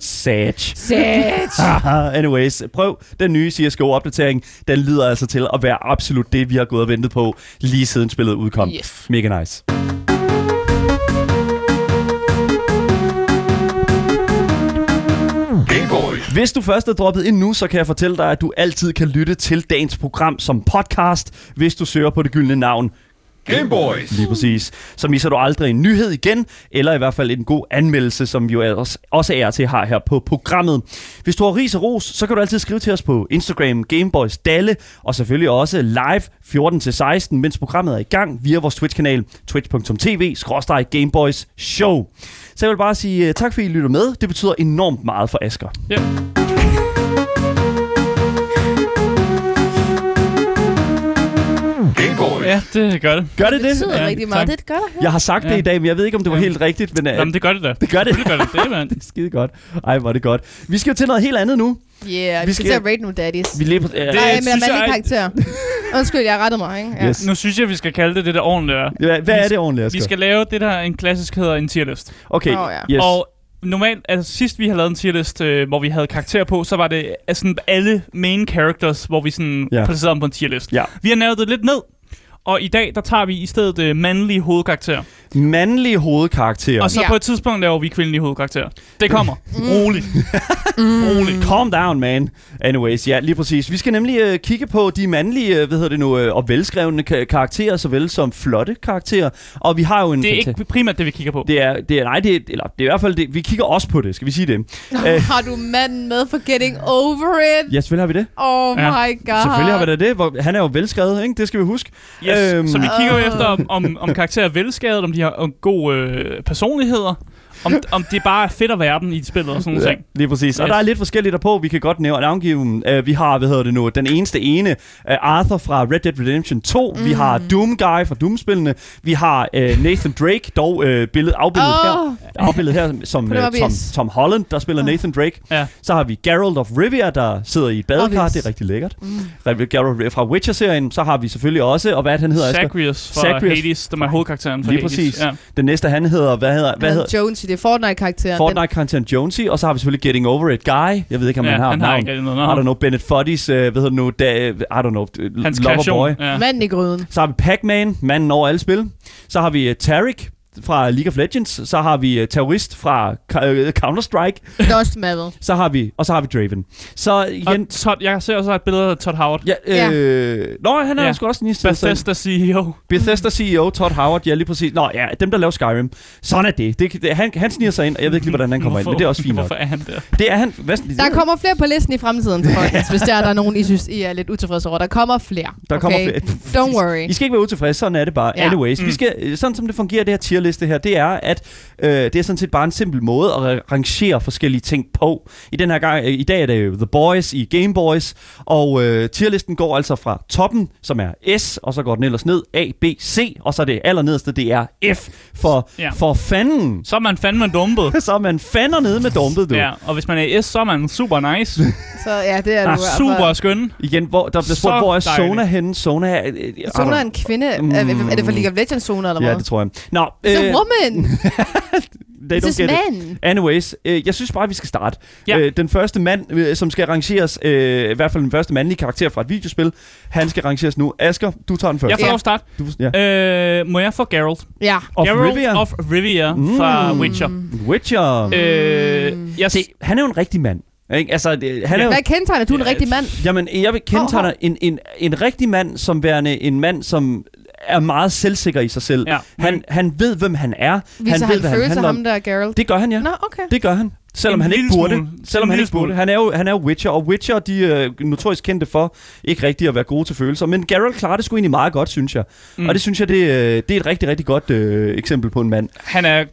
Speaker 2: Sag.
Speaker 4: Sæt!
Speaker 2: Haha, Anyways, prøv den nye CSGO-opdatering. Den lyder altså til at være absolut det, vi har gået og ventet på, lige siden spillet udkom.
Speaker 4: Yes.
Speaker 2: Mega nice.
Speaker 1: Game Boys.
Speaker 2: Hvis du først er droppet ind nu, så kan jeg fortælle dig, at du altid kan lytte til dagens program som podcast, hvis du søger på det gyldne navn
Speaker 1: Game Boys.
Speaker 2: Lige præcis. Så misser du aldrig en nyhed igen, eller i hvert fald en god anmeldelse, som vi jo ellers- også er til har her på programmet. Hvis du har ris og ros, så kan du altid skrive til os på Instagram, Gameboys Dalle, og selvfølgelig også live 14-16, mens programmet er i gang via vores Twitch-kanal, twitch.tv Gameboys Show. Så jeg vil bare sige øh, tak, fordi I lytter med. Det betyder enormt meget for Asker.
Speaker 3: Ja.
Speaker 1: Game boys.
Speaker 3: Ja, det gør det.
Speaker 2: Gør det
Speaker 4: Det
Speaker 2: det?
Speaker 4: betyder
Speaker 3: Ja,
Speaker 4: rigtig
Speaker 3: tak.
Speaker 4: meget. Det er det godt at høre.
Speaker 2: Jeg har sagt det
Speaker 3: Ja.
Speaker 2: i dag, men jeg ved ikke, om det var
Speaker 3: Ja.
Speaker 2: helt rigtigt. Men, øh,
Speaker 3: Jamen, det gør det da.
Speaker 2: det gør det.
Speaker 3: Selvfølgelig gør det det, mand.
Speaker 2: det er skide godt. Ej, hvor er det godt. Vi skal jo til noget helt andet nu.
Speaker 4: Yeah,
Speaker 2: Vi
Speaker 4: vi skal
Speaker 2: skal-
Speaker 4: til at rate nogle daddies.
Speaker 2: Vi lever, øh,
Speaker 3: Det
Speaker 4: Nej, men
Speaker 3: synes
Speaker 4: man
Speaker 3: jeg
Speaker 4: ikke
Speaker 3: ikke-
Speaker 4: karakter. Undskyld, jeg rettede mig, ikke? Ja.
Speaker 2: Yes.
Speaker 3: Nu synes jeg, vi skal kalde det det der ordentligt er.
Speaker 2: Hva- Hvad
Speaker 3: Vi
Speaker 2: er
Speaker 3: sk-
Speaker 2: det ordentligt, Asger?
Speaker 3: Vi skal lave det, der en klassisk hedder en tierlist.
Speaker 2: Okay,
Speaker 4: Åh, ja.
Speaker 2: yes.
Speaker 3: Og normalt, altså sidst vi har lavet en tierlist, øh, hvor vi havde karakterer på, så var det altså, sådan alle main characters, hvor vi sådan
Speaker 2: Ja.
Speaker 3: yeah. placerede dem på en tierlist.
Speaker 2: Ja.
Speaker 3: Vi har navet det lidt ned, og i dag, der tager vi i stedet øh, mandlige hovedkarakterer.
Speaker 2: Mandlige hovedkarakterer.
Speaker 3: Og så
Speaker 4: Ja.
Speaker 3: på et tidspunkt laver vi kvindelige hovedkarakterer. Det kommer. Roligt. Roligt.
Speaker 2: Mm. Calm down, man. Anyways, ja, lige præcis. Vi skal nemlig øh, kigge på de mandlige, øh, hvad hedder det nu, øh, og velskrevne ka- karakterer, såvel som flotte karakterer. Og vi har jo en...
Speaker 3: Det er
Speaker 2: fanta-
Speaker 3: ikke primært det, vi kigger på.
Speaker 2: Det er, det er, nej, det er, eller det er i hvert fald det. Vi kigger også på det, skal vi sige det. Øh,
Speaker 4: Har du manden med for getting over it?
Speaker 2: ja, selvfølgelig har vi det.
Speaker 4: Oh
Speaker 3: Ja.
Speaker 4: my god.
Speaker 2: Selvfølgelig har vi da det. Hvor, han er jo velskrevet, ikke? Det skal vi huske.
Speaker 3: Yes.
Speaker 2: Øhm.
Speaker 3: Øhm. Så vi kigger jo efter, om, om, om karakterer er velskadet, om de har om gode øh, personligheder, om, om det bare er fedt at være dem i spillet og sådan noget. ting.
Speaker 2: lige præcis. Og
Speaker 3: Yes.
Speaker 2: der er lidt forskelligt derpå, vi kan godt nævne navngive dem. Øh, vi har, hvad hedder det nu, den eneste ene, øh, Arthur fra Red Dead Redemption 2. Mm. Vi har Doom Guy fra Doom-spillene. Vi har øh, Nathan Drake, dog øh, billed, afbildet,
Speaker 4: Åh.
Speaker 2: her, afbildet her som,
Speaker 4: Det var
Speaker 2: øh, Tom,
Speaker 4: obvious.
Speaker 2: Tom Holland, der spiller Nathan Drake.
Speaker 3: Ja.
Speaker 2: Så har vi Geralt of Rivia, der sidder i et badekar.
Speaker 4: Obvious.
Speaker 2: Det er rigtig lækkert. Mm. Geralt of Rivia fra Witcher-serien. Så har vi selvfølgelig også, og hvad er det, han hedder? Asger?
Speaker 3: Zagreus fra
Speaker 2: Zagreus.
Speaker 3: Zagreus. Hades, der er hovedkarakteren fra
Speaker 2: Lige
Speaker 3: Hades.
Speaker 2: præcis.
Speaker 3: Ja.
Speaker 2: Den næste, han hedder, hvad hedder, hvad
Speaker 4: Han
Speaker 2: hedder?
Speaker 4: hedder Jones i det Fortnite-karakteren.
Speaker 2: Fortnite-karakteren Jonesy, og så har vi selvfølgelig Getting Over It Guy. Jeg ved ikke, om
Speaker 3: Ja,
Speaker 2: han har
Speaker 3: han
Speaker 2: et
Speaker 3: har
Speaker 2: navn.
Speaker 3: ikke rigtig noget navn.
Speaker 2: I don't know, Bennett Foddy's, øh, hvad hedder det nu, da, I don't know, øh,
Speaker 3: Hans
Speaker 2: Loverboy.
Speaker 3: kreation.
Speaker 4: Den,
Speaker 3: Ja.
Speaker 4: manden i gryden.
Speaker 2: Så har vi Pac-Man, manden over alle spil. Så har vi uh, Tarek fra League of Legends. Så har vi uh, Terrorist fra Ka- øh, Counter-Strike.
Speaker 4: Dust Mavel.
Speaker 2: Så har vi, og så har vi Draven. Så igen,
Speaker 3: Og Todd, jeg ser også et billede af Todd Howard.
Speaker 2: ja, øh, Nå, han er
Speaker 3: Ja.
Speaker 2: ja. sgu også den eneste, der sidder-
Speaker 3: Bethesda E CEO.
Speaker 2: Bethesda CEO Todd Howard, ja lige præcis. Nå ja, dem der laver Skyrim. Sådan er det. det, det han, han sniger sig ind, og jeg ved ikke lige, hvordan han kommer ind, men det er også fint nok.
Speaker 3: Hvorfor er han der?
Speaker 2: Det er han. Hvad, sådan-
Speaker 4: Der kommer flere på listen i fremtiden, folkens, hvis der er der er nogen, I synes, I er lidt utilfredse over. Der kommer flere.
Speaker 2: Der
Speaker 4: okay?
Speaker 2: kommer flere.
Speaker 4: Don't worry.
Speaker 2: I skal ikke være utilfredse, sådan er det bare.
Speaker 4: Ja.
Speaker 2: Ja. Anyways, mm.
Speaker 3: Mm.
Speaker 2: vi skal, sådan som det fungerer, det her tierliste her, det er, at øh, det er sådan set bare en simpel måde at ra- rangere forskellige ting på. I den her gang, øh, i dag er det jo The Boys i Game Boys, og øh, tierlisten går altså fra toppen, som er S, og så går den ellers ned, A, B, C, og så det allernederste, det er F for,
Speaker 3: Ja.
Speaker 2: ja. for fanden.
Speaker 3: Så er man fandme dumpet.
Speaker 2: Så er man fander nede med dumpet, du. Ja.
Speaker 3: ja, og hvis man er i S, så er man super nice.
Speaker 4: Så ja, det er du.
Speaker 2: Ah,
Speaker 4: i hvert fald.
Speaker 3: super skøn.
Speaker 2: Igen, hvor, der bliver spurgt,
Speaker 3: Så
Speaker 2: hvor er
Speaker 3: dejligt.
Speaker 2: Sona henne? Sona er... øh, øh,
Speaker 4: Sona Altså, er en kvinde.
Speaker 2: Mm.
Speaker 4: Er- Er det for League of Legends Sona, eller hvad?
Speaker 2: Ja, det tror jeg. Nå, øh,
Speaker 4: It's a woman.
Speaker 2: they
Speaker 4: It's
Speaker 2: don't
Speaker 4: just
Speaker 2: get it.
Speaker 4: man.
Speaker 2: Anyways, øh, jeg synes bare, vi skal starte.
Speaker 3: Ja.
Speaker 2: Ja. Øh, den første mand, øh, som skal rangeres, øh, i hvert fald den første mandlige karakter fra et videospil, han skal rangeres nu. Asger, du tager den
Speaker 3: Jeg
Speaker 2: første.
Speaker 3: får
Speaker 4: Ja.
Speaker 3: lov at starte.
Speaker 2: Du, ja.
Speaker 3: Øh, må jeg få Geralt?
Speaker 4: Ja.
Speaker 2: Of
Speaker 3: Geralt
Speaker 2: Rivia.
Speaker 3: of Rivia
Speaker 2: Mm.
Speaker 3: fra Witcher.
Speaker 2: Witcher. Øh.
Speaker 3: Øh, jeg,
Speaker 2: Se, han er jo en rigtig mand. Ikke? Altså, det, han er jo...
Speaker 4: Hvad kendetegner du en rigtig mand?
Speaker 2: Jamen, jeg vil kendetegne
Speaker 4: Hov,
Speaker 2: en, en, en rigtig mand som værende en mand, som er meget selvsikker i sig selv.
Speaker 3: Ja.
Speaker 2: Han, han ved, hvem han er.
Speaker 4: Viser
Speaker 2: han ved,
Speaker 4: han,
Speaker 2: hvad han
Speaker 4: følelser,
Speaker 2: handler
Speaker 4: ham
Speaker 2: om.
Speaker 4: der, Geralt?
Speaker 2: Det gør han, ja.
Speaker 4: Nå, okay.
Speaker 2: Det gør han. Selvom
Speaker 3: En
Speaker 2: han ikke
Speaker 3: lille
Speaker 2: burde.
Speaker 3: smule.
Speaker 2: Selvom
Speaker 3: En
Speaker 2: han
Speaker 3: lille
Speaker 2: ikke burde.
Speaker 3: smule.
Speaker 2: Han er jo han er jo Witcher, og Witcher de er notorisk kendte for ikke rigtig at være gode til følelser. Men Geralt klarer det sgu egentlig meget godt, synes jeg. Mm. Og det synes jeg, det, øh, det er et rigtig, rigtig godt øh, eksempel på en mand.
Speaker 3: han er,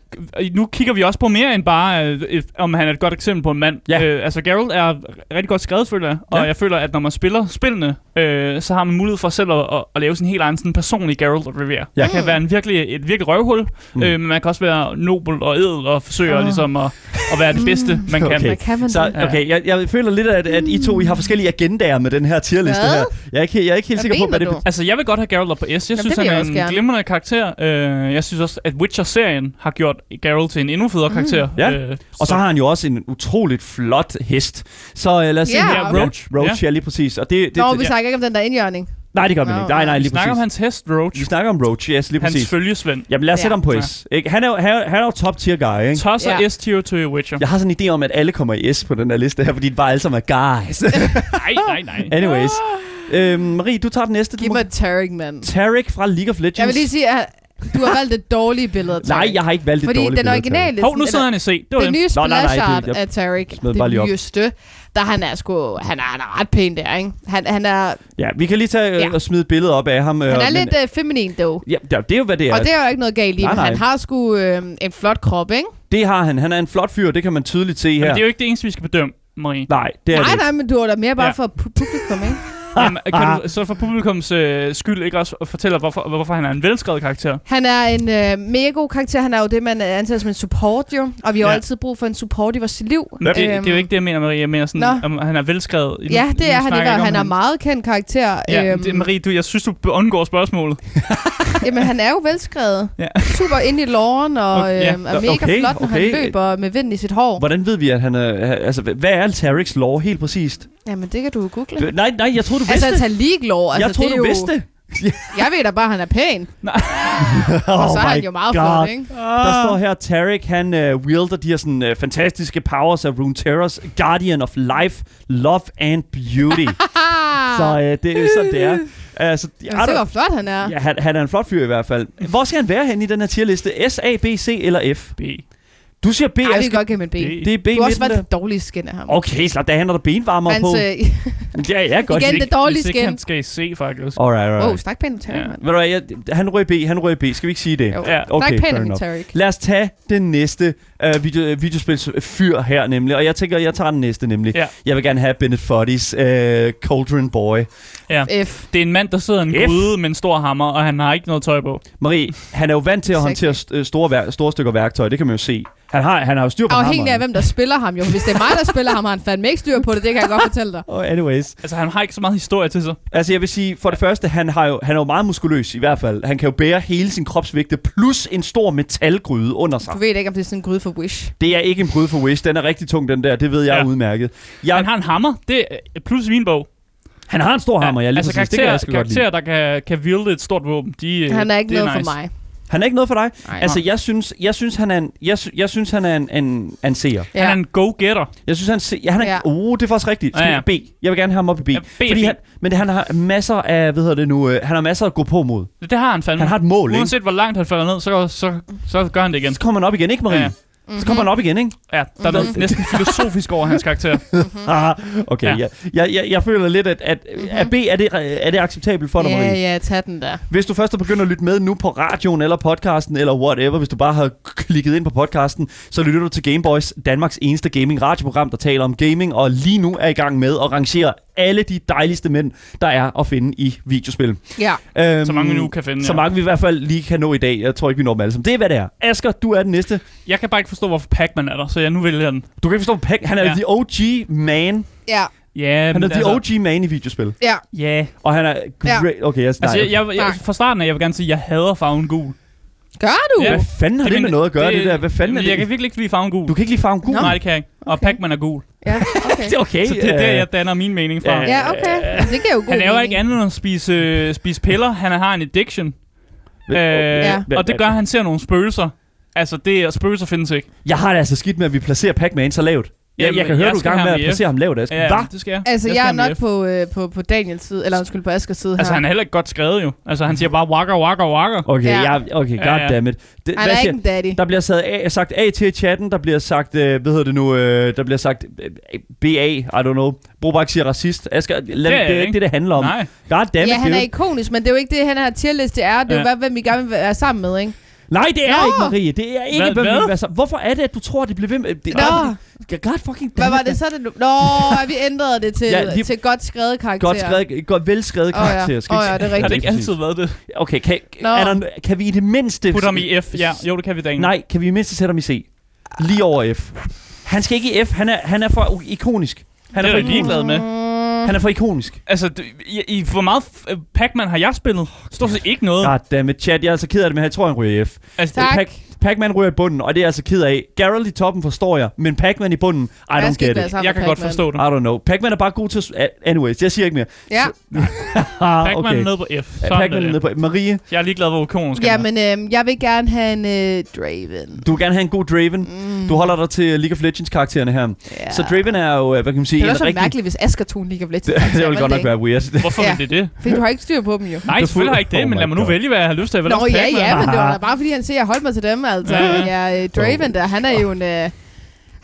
Speaker 3: nu kigger vi også på mere end bare, øh, if, om han er et godt eksempel på en mand.
Speaker 2: Ja.
Speaker 3: Øh, altså, Geralt er rigtig godt skrevet, føler jeg. Og
Speaker 2: Ja.
Speaker 3: jeg føler, at når man spiller spillene, øh, så har man mulighed for selv at, at, at lave sin helt egen sådan, personlig Geralt of Rivia.
Speaker 2: Ja.
Speaker 3: Man kan være en virkelig, et virkelig røvhul,
Speaker 2: Mm.
Speaker 3: mm. øh, men man kan også være nobel og edel og forsøge
Speaker 4: Ah.
Speaker 3: oh. ligesom at, at være det bedste, man kan.
Speaker 2: Okay.
Speaker 4: Hvad kan man
Speaker 2: Så
Speaker 4: da?
Speaker 3: Ja.
Speaker 2: okay, jeg, jeg føler lidt, at, at I to I har forskellige agendaer med den her tierliste
Speaker 4: Hvad?
Speaker 2: her. Jeg er ikke, jeg er ikke helt
Speaker 4: Hvad
Speaker 2: sikker på,
Speaker 4: mener
Speaker 2: hvad det
Speaker 4: du?
Speaker 2: betyder.
Speaker 3: Altså, jeg vil godt have Geralt op på S. Jeg synes,
Speaker 4: det vil
Speaker 3: han
Speaker 4: jeg
Speaker 3: er
Speaker 4: også
Speaker 3: en
Speaker 4: gerne.
Speaker 3: glimrende karakter. Øh, jeg synes også, at Witcher-serien har gjort Geralt til en endnu federe
Speaker 4: Mm.
Speaker 3: karakter.
Speaker 2: Ja.
Speaker 3: Øh,
Speaker 2: Og så har han jo også en utroligt flot hest. Så øh, lad os se
Speaker 4: Ja.
Speaker 2: her.
Speaker 4: Ja,
Speaker 3: Roach.
Speaker 2: Roach, ja. ja, lige præcis. Og det, det,
Speaker 4: Nå, vi
Speaker 2: ja.
Speaker 4: snakker ikke om den der indjørning.
Speaker 2: Nej, det gør vi
Speaker 4: Nå,
Speaker 2: ikke. Nej, nej,
Speaker 4: nej.
Speaker 2: lige
Speaker 3: vi snakker om
Speaker 2: præcis.
Speaker 3: hans hest, Roach.
Speaker 2: Vi snakker om Roach, yes, lige
Speaker 3: Hans
Speaker 2: præcis.
Speaker 3: følgesvend.
Speaker 2: Jamen lad os
Speaker 4: Ja.
Speaker 2: sætte ham på S. Ikke? Han er jo, han, han er jo top tier guy, ikke?
Speaker 3: Tosser
Speaker 4: Ja.
Speaker 3: ja. S-tier til E Witcher.
Speaker 2: Jeg har sådan en idé om, at alle kommer i S på den her liste her, fordi de bare alle sammen er guys.
Speaker 3: Nej, nej, nej.
Speaker 2: Anyways. Øhm, Marie, du tager den næste. Du
Speaker 4: Giv
Speaker 2: må...
Speaker 4: mig et Tarek, mand.
Speaker 2: Tarek fra League of Legends.
Speaker 4: Jeg vil lige sige, at du har valgt et dårligt billede af Tarek.
Speaker 2: Nej, jeg har ikke valgt det
Speaker 4: Fordi
Speaker 2: dårlige
Speaker 4: den
Speaker 2: billede,
Speaker 4: originale...
Speaker 3: Hov, nu
Speaker 4: sådan-
Speaker 3: sidder han i C. Det var
Speaker 4: det
Speaker 3: det.
Speaker 4: nye
Speaker 2: Nå, nej, nej,
Speaker 4: splash art
Speaker 2: det- jeg
Speaker 4: af Tarek,
Speaker 2: smed bare lige
Speaker 4: det
Speaker 2: op.
Speaker 4: nyeste, der han er sgu, han er, han er ret pæn der, ikke? Han, han er,
Speaker 2: Tarek. Ja, vi kan lige tage øh,
Speaker 4: Ja.
Speaker 2: og smide et billede op af ham.
Speaker 4: han er lidt øh, feminin, dog.
Speaker 2: Ja, det er jo, hvad det er.
Speaker 4: Og det er jo ikke noget galt i,
Speaker 2: Nej,
Speaker 4: men
Speaker 2: nej.
Speaker 4: han har sgu øh, en flot krop, ikke?
Speaker 2: Det har han. Han er en flot fyr, det kan man tydeligt se her.
Speaker 3: Men det er jo ikke det eneste, vi skal bedømme, Marie.
Speaker 2: Nej, det er
Speaker 4: Nej,
Speaker 2: det.
Speaker 4: nej, men du er da mere bare
Speaker 3: Ja.
Speaker 4: for pu- publikum, ikke?
Speaker 3: Jamen, kan du så for publikums øh, skyld ikke også fortælle, hvorfor, hvorfor han er en velskrevet karakter?
Speaker 4: Han er en øh, mega god karakter. Han er jo det, man anser som en support, jo. Og vi har
Speaker 3: Ja.
Speaker 4: ja. altid brug for en support i vores liv.
Speaker 3: Det, det, det er jo ikke det, jeg mener, Marie. Jeg mener sådan,
Speaker 4: Øhm. Nå.
Speaker 3: om han er velskrevet. Nu-
Speaker 4: Ja,
Speaker 3: nu
Speaker 4: det er han
Speaker 3: snakker
Speaker 4: i
Speaker 3: jeg
Speaker 4: hvert
Speaker 3: om
Speaker 4: Han er
Speaker 3: hans-
Speaker 4: meget øhm, kendt karakter.
Speaker 3: Ja, det, Marie, du, jeg synes, du undgår spørgsmålet.
Speaker 4: Jamen, han er jo velskrevet.
Speaker 3: Ja.
Speaker 4: Super ind i loven, og,
Speaker 3: Okay,
Speaker 4: okay,
Speaker 3: ja.
Speaker 4: øhm, og mega
Speaker 2: Okay,
Speaker 4: okay, flot, når okay.
Speaker 2: okay.
Speaker 4: han løber med vind i sit hår.
Speaker 2: Hvordan ved vi, at han er... Altså, hvad er Altarix lore helt præcist?
Speaker 4: Jamen, det kan du jo google.
Speaker 2: B- Nej, nej, jeg troede, du vidste.
Speaker 4: altså, han tager lov. Altså,
Speaker 2: jeg troede,
Speaker 4: det er
Speaker 2: du
Speaker 4: jo,
Speaker 2: vidste.
Speaker 4: Jeg ved da bare, at han er pæn.
Speaker 2: Oh
Speaker 4: Og så er han
Speaker 2: my
Speaker 4: jo meget
Speaker 2: God.
Speaker 4: flot, ikke?
Speaker 2: Der står her, Tarek, han uh, wielder de her sådan, uh, fantastiske powers af Runeterra's Guardian of Life, Love and Beauty. så uh, det er sådan, det er. Altså,
Speaker 4: Jamen, se, hvor flot han er.
Speaker 2: ja, han, han er en flot fyr i hvert fald. Hvor skal han være henne i den her tierliste? S, A, B, C eller F?
Speaker 3: B.
Speaker 2: Du siger B.
Speaker 4: Ej, vi
Speaker 2: Asger.
Speaker 4: kan godt give ham en B.
Speaker 3: Det-
Speaker 2: Det er B
Speaker 4: Du har også været
Speaker 2: midten der.
Speaker 4: det dårlige skin af ham.
Speaker 2: Okay, slap da, han har der benvarmer
Speaker 4: Hans,
Speaker 2: på.
Speaker 4: øh,
Speaker 2: Ja, ja, godt.
Speaker 4: igen,
Speaker 2: Alright,
Speaker 4: det dårlige
Speaker 3: Hvis ikke
Speaker 4: skin.
Speaker 3: han skal i C, faktisk.
Speaker 2: alright.
Speaker 4: Wow,
Speaker 2: alright.
Speaker 4: snak pænt om Tarek,
Speaker 3: Ja.
Speaker 4: mand.
Speaker 2: Ved du hvad, jeg, han røg B, han røg B. Skal vi ikke sige det?
Speaker 4: Jo.
Speaker 3: Ja,
Speaker 4: Snak
Speaker 2: Okay,
Speaker 4: pænt
Speaker 2: fair
Speaker 4: om
Speaker 2: enough.
Speaker 4: Tarek.
Speaker 2: Lad os tage den næste øh, video, øh, videospilsfyr her nemlig, og jeg tænker, jeg tager den næste nemlig.
Speaker 3: Ja.
Speaker 2: Jeg vil gerne have Bennett Foddy's øh, Cauldron Boy.
Speaker 4: F.
Speaker 3: Det er en mand, der sidder i en
Speaker 2: F.
Speaker 3: gryde med en stor hammer, og han har ikke noget tøj på.
Speaker 2: Marie, han er jo vant til at
Speaker 4: Exactly.
Speaker 2: håndtere st- øh, store, vær- store stykker værktøj, det kan man jo se. Han har, han har jo styr på
Speaker 4: Afhængig af,
Speaker 2: hammeren.
Speaker 4: hvem der spiller ham, jo. Hvis det er mig, der spiller ham, har han fandme ikke styr på det. Det kan jeg godt fortælle dig.
Speaker 2: Oh, anyways.
Speaker 3: Altså, han har ikke så meget historie til sig.
Speaker 2: Altså jeg vil sige, for det første, han, har jo, han er jo meget muskuløs i hvert fald. Han kan jo bære hele sin kropsvægte, plus en stor metalgryde under sig.
Speaker 4: Du ved ikke, om det er sådan en gryde for Wish.
Speaker 2: Det er ikke en bryde for Wish, den er rigtig tung den der, det ved jeg
Speaker 3: Ja.
Speaker 2: ja. udmærket.
Speaker 3: Ja.
Speaker 2: Jeg,
Speaker 3: Han har en hammer. Det er plus i min bog.
Speaker 2: han har en stor hammer, ja, lige
Speaker 3: altså,
Speaker 2: præcis. Det kan
Speaker 3: karakterer,
Speaker 2: jeg sgu godt lide.
Speaker 3: karakterer, der kan, kan wielde et stort våben, de, øh,
Speaker 4: Han er ikke
Speaker 3: det
Speaker 4: noget
Speaker 3: nice.
Speaker 4: for mig.
Speaker 2: Han er ikke noget for dig?
Speaker 4: Nej.
Speaker 2: altså, jeg synes, jeg synes, han er en, jeg, sy- jeg synes, han er en, en, en seer.
Speaker 3: Han er en go-getter.
Speaker 2: Jeg synes, han, se, ja, han er,
Speaker 4: Ja.
Speaker 2: ja. oh, det er faktisk rigtigt. Skal
Speaker 3: Ja,
Speaker 2: ja,
Speaker 3: ja.
Speaker 2: ja. B. Jeg vil gerne have ham op i B.
Speaker 3: Ja, B er fint.
Speaker 2: han, men han har masser af, hvad hedder det nu, øh, han har masser at gå på mod.
Speaker 3: Det har han fandme.
Speaker 2: Han har et mål, ikke?
Speaker 3: Uanset hvor langt han falder ned, så, så, så gør han det igen.
Speaker 2: Så kommer han op igen, ikke Marie?
Speaker 3: Ja.
Speaker 2: Ja. Så
Speaker 4: Mhm.
Speaker 2: kommer han op igen, ikke?
Speaker 3: Ja, der er noget næsten filosofisk over hans karakter.
Speaker 4: Mhm.
Speaker 2: Haha, okay,
Speaker 3: Ja.
Speaker 2: ja. jeg, jeg, jeg føler lidt, at, at, at B, er det, er det acceptabelt for dig, Marie?
Speaker 4: Ja, ja, tag den der.
Speaker 2: Hvis du først er begyndt at lytte med nu på radioen eller podcasten eller whatever, hvis du bare har klikket ind på podcasten, så lytter du til Gameboys, Danmarks eneste gaming radioprogram, der taler om gaming, og lige nu er i gang med at rangere alle de dejligste mænd, der er at finde i videospil.
Speaker 4: Ja.
Speaker 2: Øhm,
Speaker 3: Så mange vi nu kan finde.
Speaker 2: Så
Speaker 3: ja.
Speaker 2: mange vi i hvert fald lige kan nå i dag. Jeg tror ikke, vi når dem alle sammen. Det er, hvad det er. Asger, du er den næste.
Speaker 3: Jeg kan bare ikke forstå, hvorfor Pac-Man er der, så jeg nu vælger den.
Speaker 2: Du kan ikke forstå, Pac, han er
Speaker 3: Ja.
Speaker 2: ja. the OG man.
Speaker 4: Ja,
Speaker 3: Ja,
Speaker 2: Han er
Speaker 3: men altså,
Speaker 2: the OG man i videospil.
Speaker 4: ja.
Speaker 3: Ja.
Speaker 2: Og han er great. Okay, jeg, nej,
Speaker 3: Altså,
Speaker 2: okay.
Speaker 3: jeg, jeg, jeg,
Speaker 4: Nej.
Speaker 3: fra starten af, jeg vil gerne sige, at jeg hader farven gul.
Speaker 4: Gør du?
Speaker 3: Ja.
Speaker 4: Ja.
Speaker 2: Hvad fanden har det, med noget at gøre, det, det der? Hvad fanden er
Speaker 3: Jeg kan
Speaker 2: det?
Speaker 3: virkelig ikke lide farven gul.
Speaker 2: Du kan ikke lige farve en gul.
Speaker 4: Nå.
Speaker 3: Nej, det kan jeg ikke. Og
Speaker 4: Okay.
Speaker 3: Pac-Man er gul.
Speaker 4: Ja, okay.
Speaker 2: Det er okay.
Speaker 3: Så det er der,
Speaker 2: øh,
Speaker 3: jeg danner min mening fra.
Speaker 2: Ja.
Speaker 4: Ja, okay. Men Det giver jo god
Speaker 3: Han laver
Speaker 4: mening.
Speaker 3: ikke andet end at spise, øh, spise piller. Han har en addiction. Øh,
Speaker 4: Ja.
Speaker 3: Og det gør, at han ser nogle spøgelser. Altså, det er, spøgelser findes ikke.
Speaker 2: Jeg har det altså skidt med, at vi placerer Pac-Man så lavt. Jeg,
Speaker 3: Jamen,
Speaker 2: jeg kan høre,
Speaker 3: jeg
Speaker 2: du er i
Speaker 3: skal
Speaker 2: gang
Speaker 3: have
Speaker 2: med
Speaker 3: ham
Speaker 2: at
Speaker 3: i F.
Speaker 2: placere ham lavt, Asger. Hvad?
Speaker 3: det skal jeg.
Speaker 4: Altså,
Speaker 3: skal
Speaker 4: jeg er
Speaker 3: have ham i
Speaker 4: nok
Speaker 3: F.
Speaker 4: på, øh, på, på Daniels side, eller undskyld, på Askers side
Speaker 3: Altså,
Speaker 4: her.
Speaker 3: han er heller ikke godt skrevet jo. Altså, han siger bare wakker, wakker, wakker.
Speaker 2: Okay,
Speaker 4: Ja.
Speaker 2: ja. jeg, okay,
Speaker 3: Ja, ja.
Speaker 2: goddammit.
Speaker 4: han
Speaker 2: Det, hvad
Speaker 4: er
Speaker 2: siger-
Speaker 4: ikke en daddy.
Speaker 2: Der bliver sagt A, sagt A til i chatten, der bliver sagt, øh, hvad hedder det nu, øh, der bliver sagt øh, BA, I don't know. Brobak siger racist. Asger, lad, det, det
Speaker 3: Det er jeg
Speaker 2: er
Speaker 3: ikke.
Speaker 2: ikke det, det handler om.
Speaker 3: Nej.
Speaker 2: Goddammit.
Speaker 4: Ja, han er
Speaker 2: dude.
Speaker 4: ikonisk, men det er jo ikke det, han har tierliste er. Det er jo,
Speaker 3: Ja.
Speaker 4: hvad, hvem vi gerne vil være sammen med, ikke?
Speaker 2: Nej, det er
Speaker 4: Nå.
Speaker 2: ikke, Marie. Det er ikke,
Speaker 3: Hvad-
Speaker 2: hvem vi
Speaker 3: hvad?
Speaker 2: vil være sammen- Hvorfor er det, at du tror, det bliver ved med? Det,
Speaker 4: Nå,
Speaker 2: God fucking
Speaker 4: hvad var
Speaker 2: dammit,
Speaker 4: det
Speaker 2: mand.
Speaker 4: så? Det, nu- nå, at vi ændrede det til,
Speaker 2: Ja, lige-
Speaker 4: til godt skrevet karakter.
Speaker 2: Godt skrevet, godt velskrevet
Speaker 4: Åh ja.
Speaker 2: karakter. Skal
Speaker 4: Åh
Speaker 2: ikke-
Speaker 4: ja, det er rigtigt.
Speaker 3: Har det ikke
Speaker 2: lige præcis.
Speaker 3: altid været det?
Speaker 2: Okay, kan,
Speaker 4: Nå.
Speaker 2: er der, kan vi i det mindste...
Speaker 3: Put ham i F. Ja, jo, det kan vi da
Speaker 2: Nej, kan vi i det mindste sætte ham i C? Lige over F. Han skal ikke i F. Han er, han er for ikonisk. Han
Speaker 3: Det
Speaker 2: er,
Speaker 3: er
Speaker 2: for
Speaker 3: jeg ligeglad med.
Speaker 4: Mm,
Speaker 2: Han er for ikonisk.
Speaker 3: Altså, du, i, i, hvor meget f- øh, Pac-Man har jeg spillet? Stort set ikke noget.
Speaker 2: Goddammit, chat. Jeg er altså ked af det, men jeg tror, han ryger i F. Øh,
Speaker 3: Altså,
Speaker 4: tak.
Speaker 2: Pac- Pac-Man ryger i bunden, og det er jeg altså ked af. Geralt i toppen forstår jeg, men Pac-Man i bunden, I
Speaker 4: Jeg
Speaker 2: don't
Speaker 4: skal
Speaker 2: get
Speaker 4: ikke være
Speaker 2: it.
Speaker 4: sammen
Speaker 3: jeg
Speaker 4: med
Speaker 3: kan godt
Speaker 4: altså Pac-Man.
Speaker 3: forstå
Speaker 2: I
Speaker 3: det.
Speaker 2: don't know. Pac-man er bare god til... At, anyways, jeg siger ikke mere.
Speaker 4: Ja,
Speaker 2: Ah,
Speaker 3: Pac-Man
Speaker 2: okay.
Speaker 3: er nede på F. Sådan er
Speaker 2: Pac-Man er nede
Speaker 3: det.
Speaker 2: på... Marie,
Speaker 3: Jeg er ligeglad, hvor ikonisk
Speaker 4: ja
Speaker 3: han er.
Speaker 4: men øhm, jeg vil gerne have en øh, Draven.
Speaker 2: du vil gerne have en god Draven. Mm. Du holder dig til League of Legends-karaktererne her.
Speaker 4: Ja.
Speaker 2: Så Draven er jo, øh, hvad kan man sige,
Speaker 4: det er også
Speaker 2: en
Speaker 4: rigtig...
Speaker 2: rigtig...
Speaker 4: mærkeligt, hvis Asger tog en League of
Speaker 2: Det,
Speaker 4: Legends.
Speaker 2: det vil godt nok være weird.
Speaker 3: Hvorfor
Speaker 4: Ja.
Speaker 3: vil det det?
Speaker 4: Fordi du har ikke styr på dem jo.
Speaker 3: Nej,
Speaker 2: Det er
Speaker 3: selvfølgelig har jeg ikke
Speaker 2: fuld-
Speaker 3: det, men
Speaker 2: Oh
Speaker 3: lad
Speaker 2: my
Speaker 3: mig nu
Speaker 2: God.
Speaker 3: vælge, hvad jeg har lyst til. Jeg vil
Speaker 4: Nå,
Speaker 3: også
Speaker 4: ja,
Speaker 3: Pac-Man.
Speaker 4: ja, men det var da bare, fordi han siger, at jeg holdt mig til dem, altså.
Speaker 3: Ja,
Speaker 4: Ja, ja øh, Draven der, han er jo en... Øh,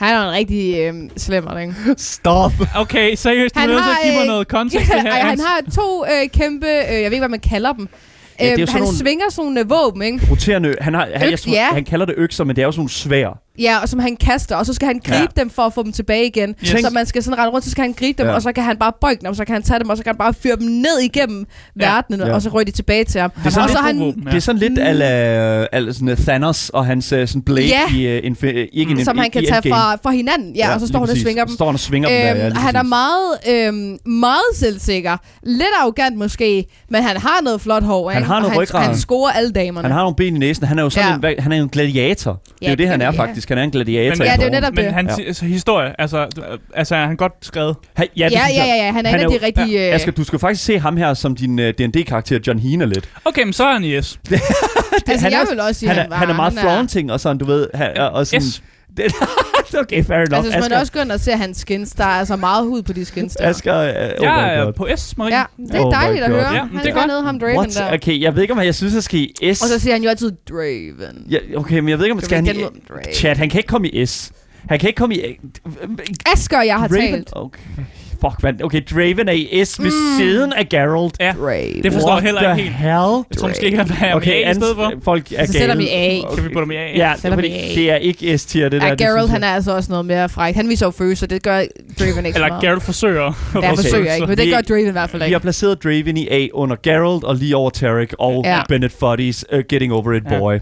Speaker 4: han er jo en rigtig øh, slemmer, ikke?
Speaker 2: Stop.
Speaker 3: Okay, seriøst, du
Speaker 4: Han
Speaker 3: er nødt til at
Speaker 4: har,
Speaker 3: give mig
Speaker 4: øh,
Speaker 3: noget kontekst det her.
Speaker 4: Ej, han har to øh, kæmpe... Øh, jeg ved ikke, hvad man kalder dem.
Speaker 2: Ja, det er jo
Speaker 4: Øh,
Speaker 2: sådan
Speaker 4: han
Speaker 2: nogle-
Speaker 4: svinger sådan nogle øh, våben, ikke?
Speaker 2: Roterende, ø- han, har, han, jeg,
Speaker 4: Øks,
Speaker 2: tror,
Speaker 4: ja.
Speaker 2: han kalder det økser, men det er jo sådan nogle svær.
Speaker 4: Ja, og som han kaster, og så skal han gribe ja. dem for at få dem tilbage igen.
Speaker 3: Yes.
Speaker 4: Så man skal sådan rette rundt, så skal han gribe dem,
Speaker 2: Ja.
Speaker 4: ja. og så kan han bare bøjke dem, og så kan han tage dem, og så kan han bare fyre dem ned igennem
Speaker 3: Ja.
Speaker 4: ja. verdenen,
Speaker 2: Ja.
Speaker 4: ja. og så rører de tilbage til ham.
Speaker 2: er sådan
Speaker 4: og
Speaker 2: lidt
Speaker 4: så han,
Speaker 3: våben,
Speaker 2: Det er sådan lidt ala, ala sådan, øh, Thanos og hans øh, sådan blade
Speaker 4: Mm. Ja.
Speaker 2: i, øh, infi, øh, ikke en,
Speaker 4: som han kan
Speaker 2: i
Speaker 4: tage
Speaker 2: Endgame.
Speaker 4: fra, fra hinanden, ja, ja, og så
Speaker 2: lige
Speaker 4: står han og
Speaker 2: præcis.
Speaker 4: svinger dem.
Speaker 2: Står han og svinger dem, der, ja,
Speaker 4: Øhm,
Speaker 2: lige
Speaker 4: han er
Speaker 2: præcis.
Speaker 4: meget, øhm, meget selvsikker. Lidt arrogant måske, men han har noget flot hår.
Speaker 2: Han
Speaker 4: ikke?
Speaker 2: har
Speaker 4: Og
Speaker 2: noget ryggrad.
Speaker 4: Han, han scorer alle damerne.
Speaker 2: han har nogle ben i næsen. Han er jo sådan
Speaker 4: Ja.
Speaker 2: en, hvad- han er jo en gladiator. det er jo
Speaker 4: Ja,
Speaker 2: det, han
Speaker 4: det-
Speaker 2: er
Speaker 4: ja.
Speaker 2: faktisk. Han er en gladiator.
Speaker 3: Men-
Speaker 2: i
Speaker 3: Ja,
Speaker 4: det er jo
Speaker 2: Borgen.
Speaker 4: netop-
Speaker 3: Men han,
Speaker 2: Ja.
Speaker 3: altså, historie, altså, altså er han godt skrevet?
Speaker 2: Han, ja, det
Speaker 4: ja,
Speaker 2: synes
Speaker 4: ja,
Speaker 2: jeg.
Speaker 4: ja, ja, han er
Speaker 2: Han
Speaker 4: en
Speaker 2: er
Speaker 4: af
Speaker 2: jo-
Speaker 4: de rigtige... øh,
Speaker 2: Asger, du skal faktisk se ham her som din uh, D&D-karakter, John Hina lidt.
Speaker 3: Okay, men så er han i yes.
Speaker 4: altså,
Speaker 2: han
Speaker 4: jeg
Speaker 2: er-
Speaker 4: vil også sige,
Speaker 2: Han er,
Speaker 4: var-
Speaker 2: han er meget flaunting og sådan, du ved. Han, og, og sådan,
Speaker 3: Yes.
Speaker 2: Det, okay, fair enough.
Speaker 4: Altså, hvis man
Speaker 2: Asger,
Speaker 4: også går ind og ser hans skins, der er altså meget hud på de skins der.
Speaker 2: Asger, uh, oh
Speaker 3: Jeg
Speaker 2: my
Speaker 3: er
Speaker 2: god.
Speaker 3: på S, Marie.
Speaker 4: Ja, det er
Speaker 2: Oh my
Speaker 4: dejligt at
Speaker 2: God.
Speaker 4: høre.
Speaker 3: Ja,
Speaker 4: han
Speaker 3: det er
Speaker 4: er
Speaker 3: godt.
Speaker 4: nede ham Draven der.
Speaker 2: What? Okay, jeg ved ikke, om jeg synes, jeg skal i S.
Speaker 4: Og så siger han jo altid Draven.
Speaker 2: Ja, okay, men jeg ved ikke, om jeg
Speaker 4: Skal
Speaker 2: skal
Speaker 4: vi
Speaker 2: han
Speaker 4: ikke
Speaker 2: i...
Speaker 4: kalde ham Draven?
Speaker 2: Chat, han kan ikke komme i S. Han kan ikke komme i...
Speaker 4: Asger, jeg har
Speaker 2: Raven?
Speaker 4: talt. Mm.
Speaker 2: Okay. Fuck, mand. Okay, Draven er i S ved siden af Geralt.
Speaker 3: Ja.
Speaker 4: Draven.
Speaker 3: Det forstår jeg heller ikke
Speaker 2: What the
Speaker 3: helt.
Speaker 2: Hell?
Speaker 3: Jeg tror måske ikke, han er okay,
Speaker 2: Okay,
Speaker 3: med A i stedet for.
Speaker 2: ans- folk er
Speaker 4: Så sætter
Speaker 2: gale.
Speaker 4: vi A.
Speaker 2: Okay.
Speaker 3: Kan vi putte dem i A?
Speaker 2: Ja,
Speaker 4: Sætter
Speaker 2: fordi
Speaker 4: vi A.
Speaker 2: det er ikke S-tier, det der.
Speaker 4: Ja,
Speaker 2: det
Speaker 4: Geralt,
Speaker 2: synes
Speaker 4: han er altså også noget mere fræk. Han viser jo følelser, det gør Draven ikke så
Speaker 3: Eller
Speaker 4: meget.
Speaker 3: Geralt forsøger.
Speaker 4: Ja, jeg forsøger ikke, men det
Speaker 2: Vi-
Speaker 4: gør Draven i hvert fald
Speaker 2: jeg. Vi har
Speaker 4: ikke.
Speaker 2: placeret Draven i A under Geralt og lige over Tarek og ja.
Speaker 4: Ja.
Speaker 2: Bennett Foddy's uh, Getting Over It
Speaker 3: Ja.
Speaker 2: Boy.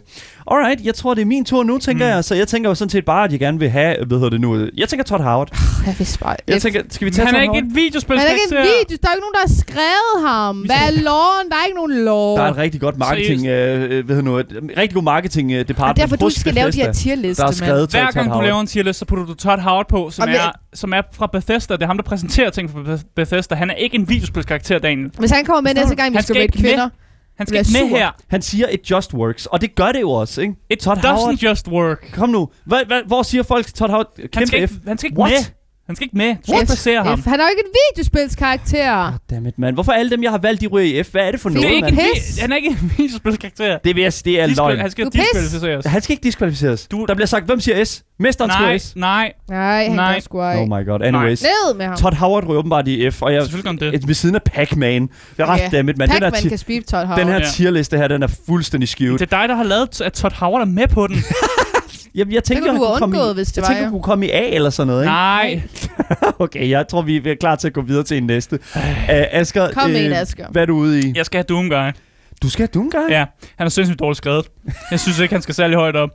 Speaker 2: Alright, jeg tror, det er min tur nu, tænker mm. jeg. Så jeg tænker jo sådan set bare, at jeg gerne vil have, hvad hedder det nu? Jeg tænker Todd Howard.
Speaker 4: Jeg vidste bare...
Speaker 2: Jeg tænker, skal vi
Speaker 3: Men
Speaker 2: tage
Speaker 3: han er
Speaker 2: Todd
Speaker 3: ikke
Speaker 2: Howard?
Speaker 3: et videospil.
Speaker 4: Men der er ikke en video, der er ikke nogen, der har skrevet ham. Hvad er loven? Der er ikke nogen lov.
Speaker 2: Der er et rigtig godt marketing, øh, øh, hvad hedder nu, et rigtig god marketing øh,
Speaker 4: Og
Speaker 2: department
Speaker 4: derfor, du
Speaker 2: hos
Speaker 4: ikke skal lave de her
Speaker 2: Bethesda,
Speaker 4: tierliste,
Speaker 2: der er
Speaker 4: mand.
Speaker 2: skrevet
Speaker 3: Hver
Speaker 2: Todd
Speaker 3: gang du
Speaker 2: Howard.
Speaker 3: laver en tier list, så putter du Todd Howard på, som,
Speaker 4: Jamen,
Speaker 3: er,
Speaker 4: jeg-
Speaker 3: som er fra Bethesda. Det er ham, der præsenterer ting fra Beth- Bethesda. Han er ikke en videospilskarakter, Daniel.
Speaker 4: Hvis han kommer med
Speaker 3: Forstår
Speaker 4: næste
Speaker 3: du?
Speaker 4: gang, vi
Speaker 3: Han
Speaker 4: skal
Speaker 3: skal
Speaker 4: rate
Speaker 3: ikke med.
Speaker 4: kvinder.
Speaker 3: Han skal
Speaker 4: Bliver
Speaker 3: ikke
Speaker 4: sur.
Speaker 3: med her.
Speaker 2: Han siger, it just works, og det gør det jo også, ikke?
Speaker 3: It
Speaker 2: Todd
Speaker 3: doesn't
Speaker 2: Howard.
Speaker 3: just work.
Speaker 2: Kom nu, hvad, hvad, hvor siger folk til Todd Howard? Kæmpe
Speaker 3: Han skal,
Speaker 2: F.
Speaker 3: ikke, han skal ikke
Speaker 2: What?
Speaker 3: med. Han skal ikke med. Du skal
Speaker 4: F,
Speaker 3: placere ham.
Speaker 4: F. Han er jo ikke en videospilskarakter.
Speaker 2: Ah, Dammit, mand. Hvorfor alle dem, jeg har valgt, de ryger i F? Hvad er det for
Speaker 4: Det
Speaker 3: Det
Speaker 2: noget,
Speaker 3: er ikke en,
Speaker 2: mand?
Speaker 4: Pis.
Speaker 3: vi- han er ikke en videospilskarakter.
Speaker 2: Det vil jeg s- det er
Speaker 3: Diskval-
Speaker 2: løgn.
Speaker 3: Han skal
Speaker 4: Du er pis.
Speaker 3: diskvalificeres.
Speaker 2: Han skal ikke diskvalificeres.
Speaker 3: Du-
Speaker 2: Du, der bliver sagt, hvem siger S? Mesteren
Speaker 3: Nej,
Speaker 2: skriver S.
Speaker 3: nej.
Speaker 4: Nej, han
Speaker 3: Nej.
Speaker 4: gør sgu ej.
Speaker 2: Oh my god, anyways.
Speaker 4: Ned med ham.
Speaker 2: Todd Howard ryger åbenbart i F, og jeg
Speaker 3: Selvfølgelig kom det.
Speaker 2: et, ved siden af Pac-Man. Det er ret
Speaker 4: Ja.
Speaker 2: dammit, mand. Den her,
Speaker 4: Pac-Man
Speaker 2: ti-
Speaker 4: kan speak Todd Howard.
Speaker 2: den her
Speaker 3: Ja.
Speaker 2: tierliste her, den er fuldstændig skewed.
Speaker 3: Det er dig, der har lavet, at Todd Howard er med på den.
Speaker 2: Jamen, jeg tænker,
Speaker 4: kunne
Speaker 2: han
Speaker 4: du have
Speaker 2: komme i,
Speaker 4: undgået, hvis det
Speaker 2: jeg
Speaker 4: var,
Speaker 2: tænker,
Speaker 4: ja.
Speaker 2: han kunne komme i A eller sådan noget, ikke?
Speaker 3: nej.
Speaker 2: Okay, jeg tror, vi er klar til at gå videre til en næste. Uh, Asger, øh,
Speaker 4: Kom med en, Asger.
Speaker 2: hvad er du ude i?
Speaker 3: Jeg skal have Doom Guy.
Speaker 2: Du skal have Doomguy.
Speaker 3: Ja, han er sindssygt dårligt skrevet. Jeg synes ikke, han skal særlig højt op.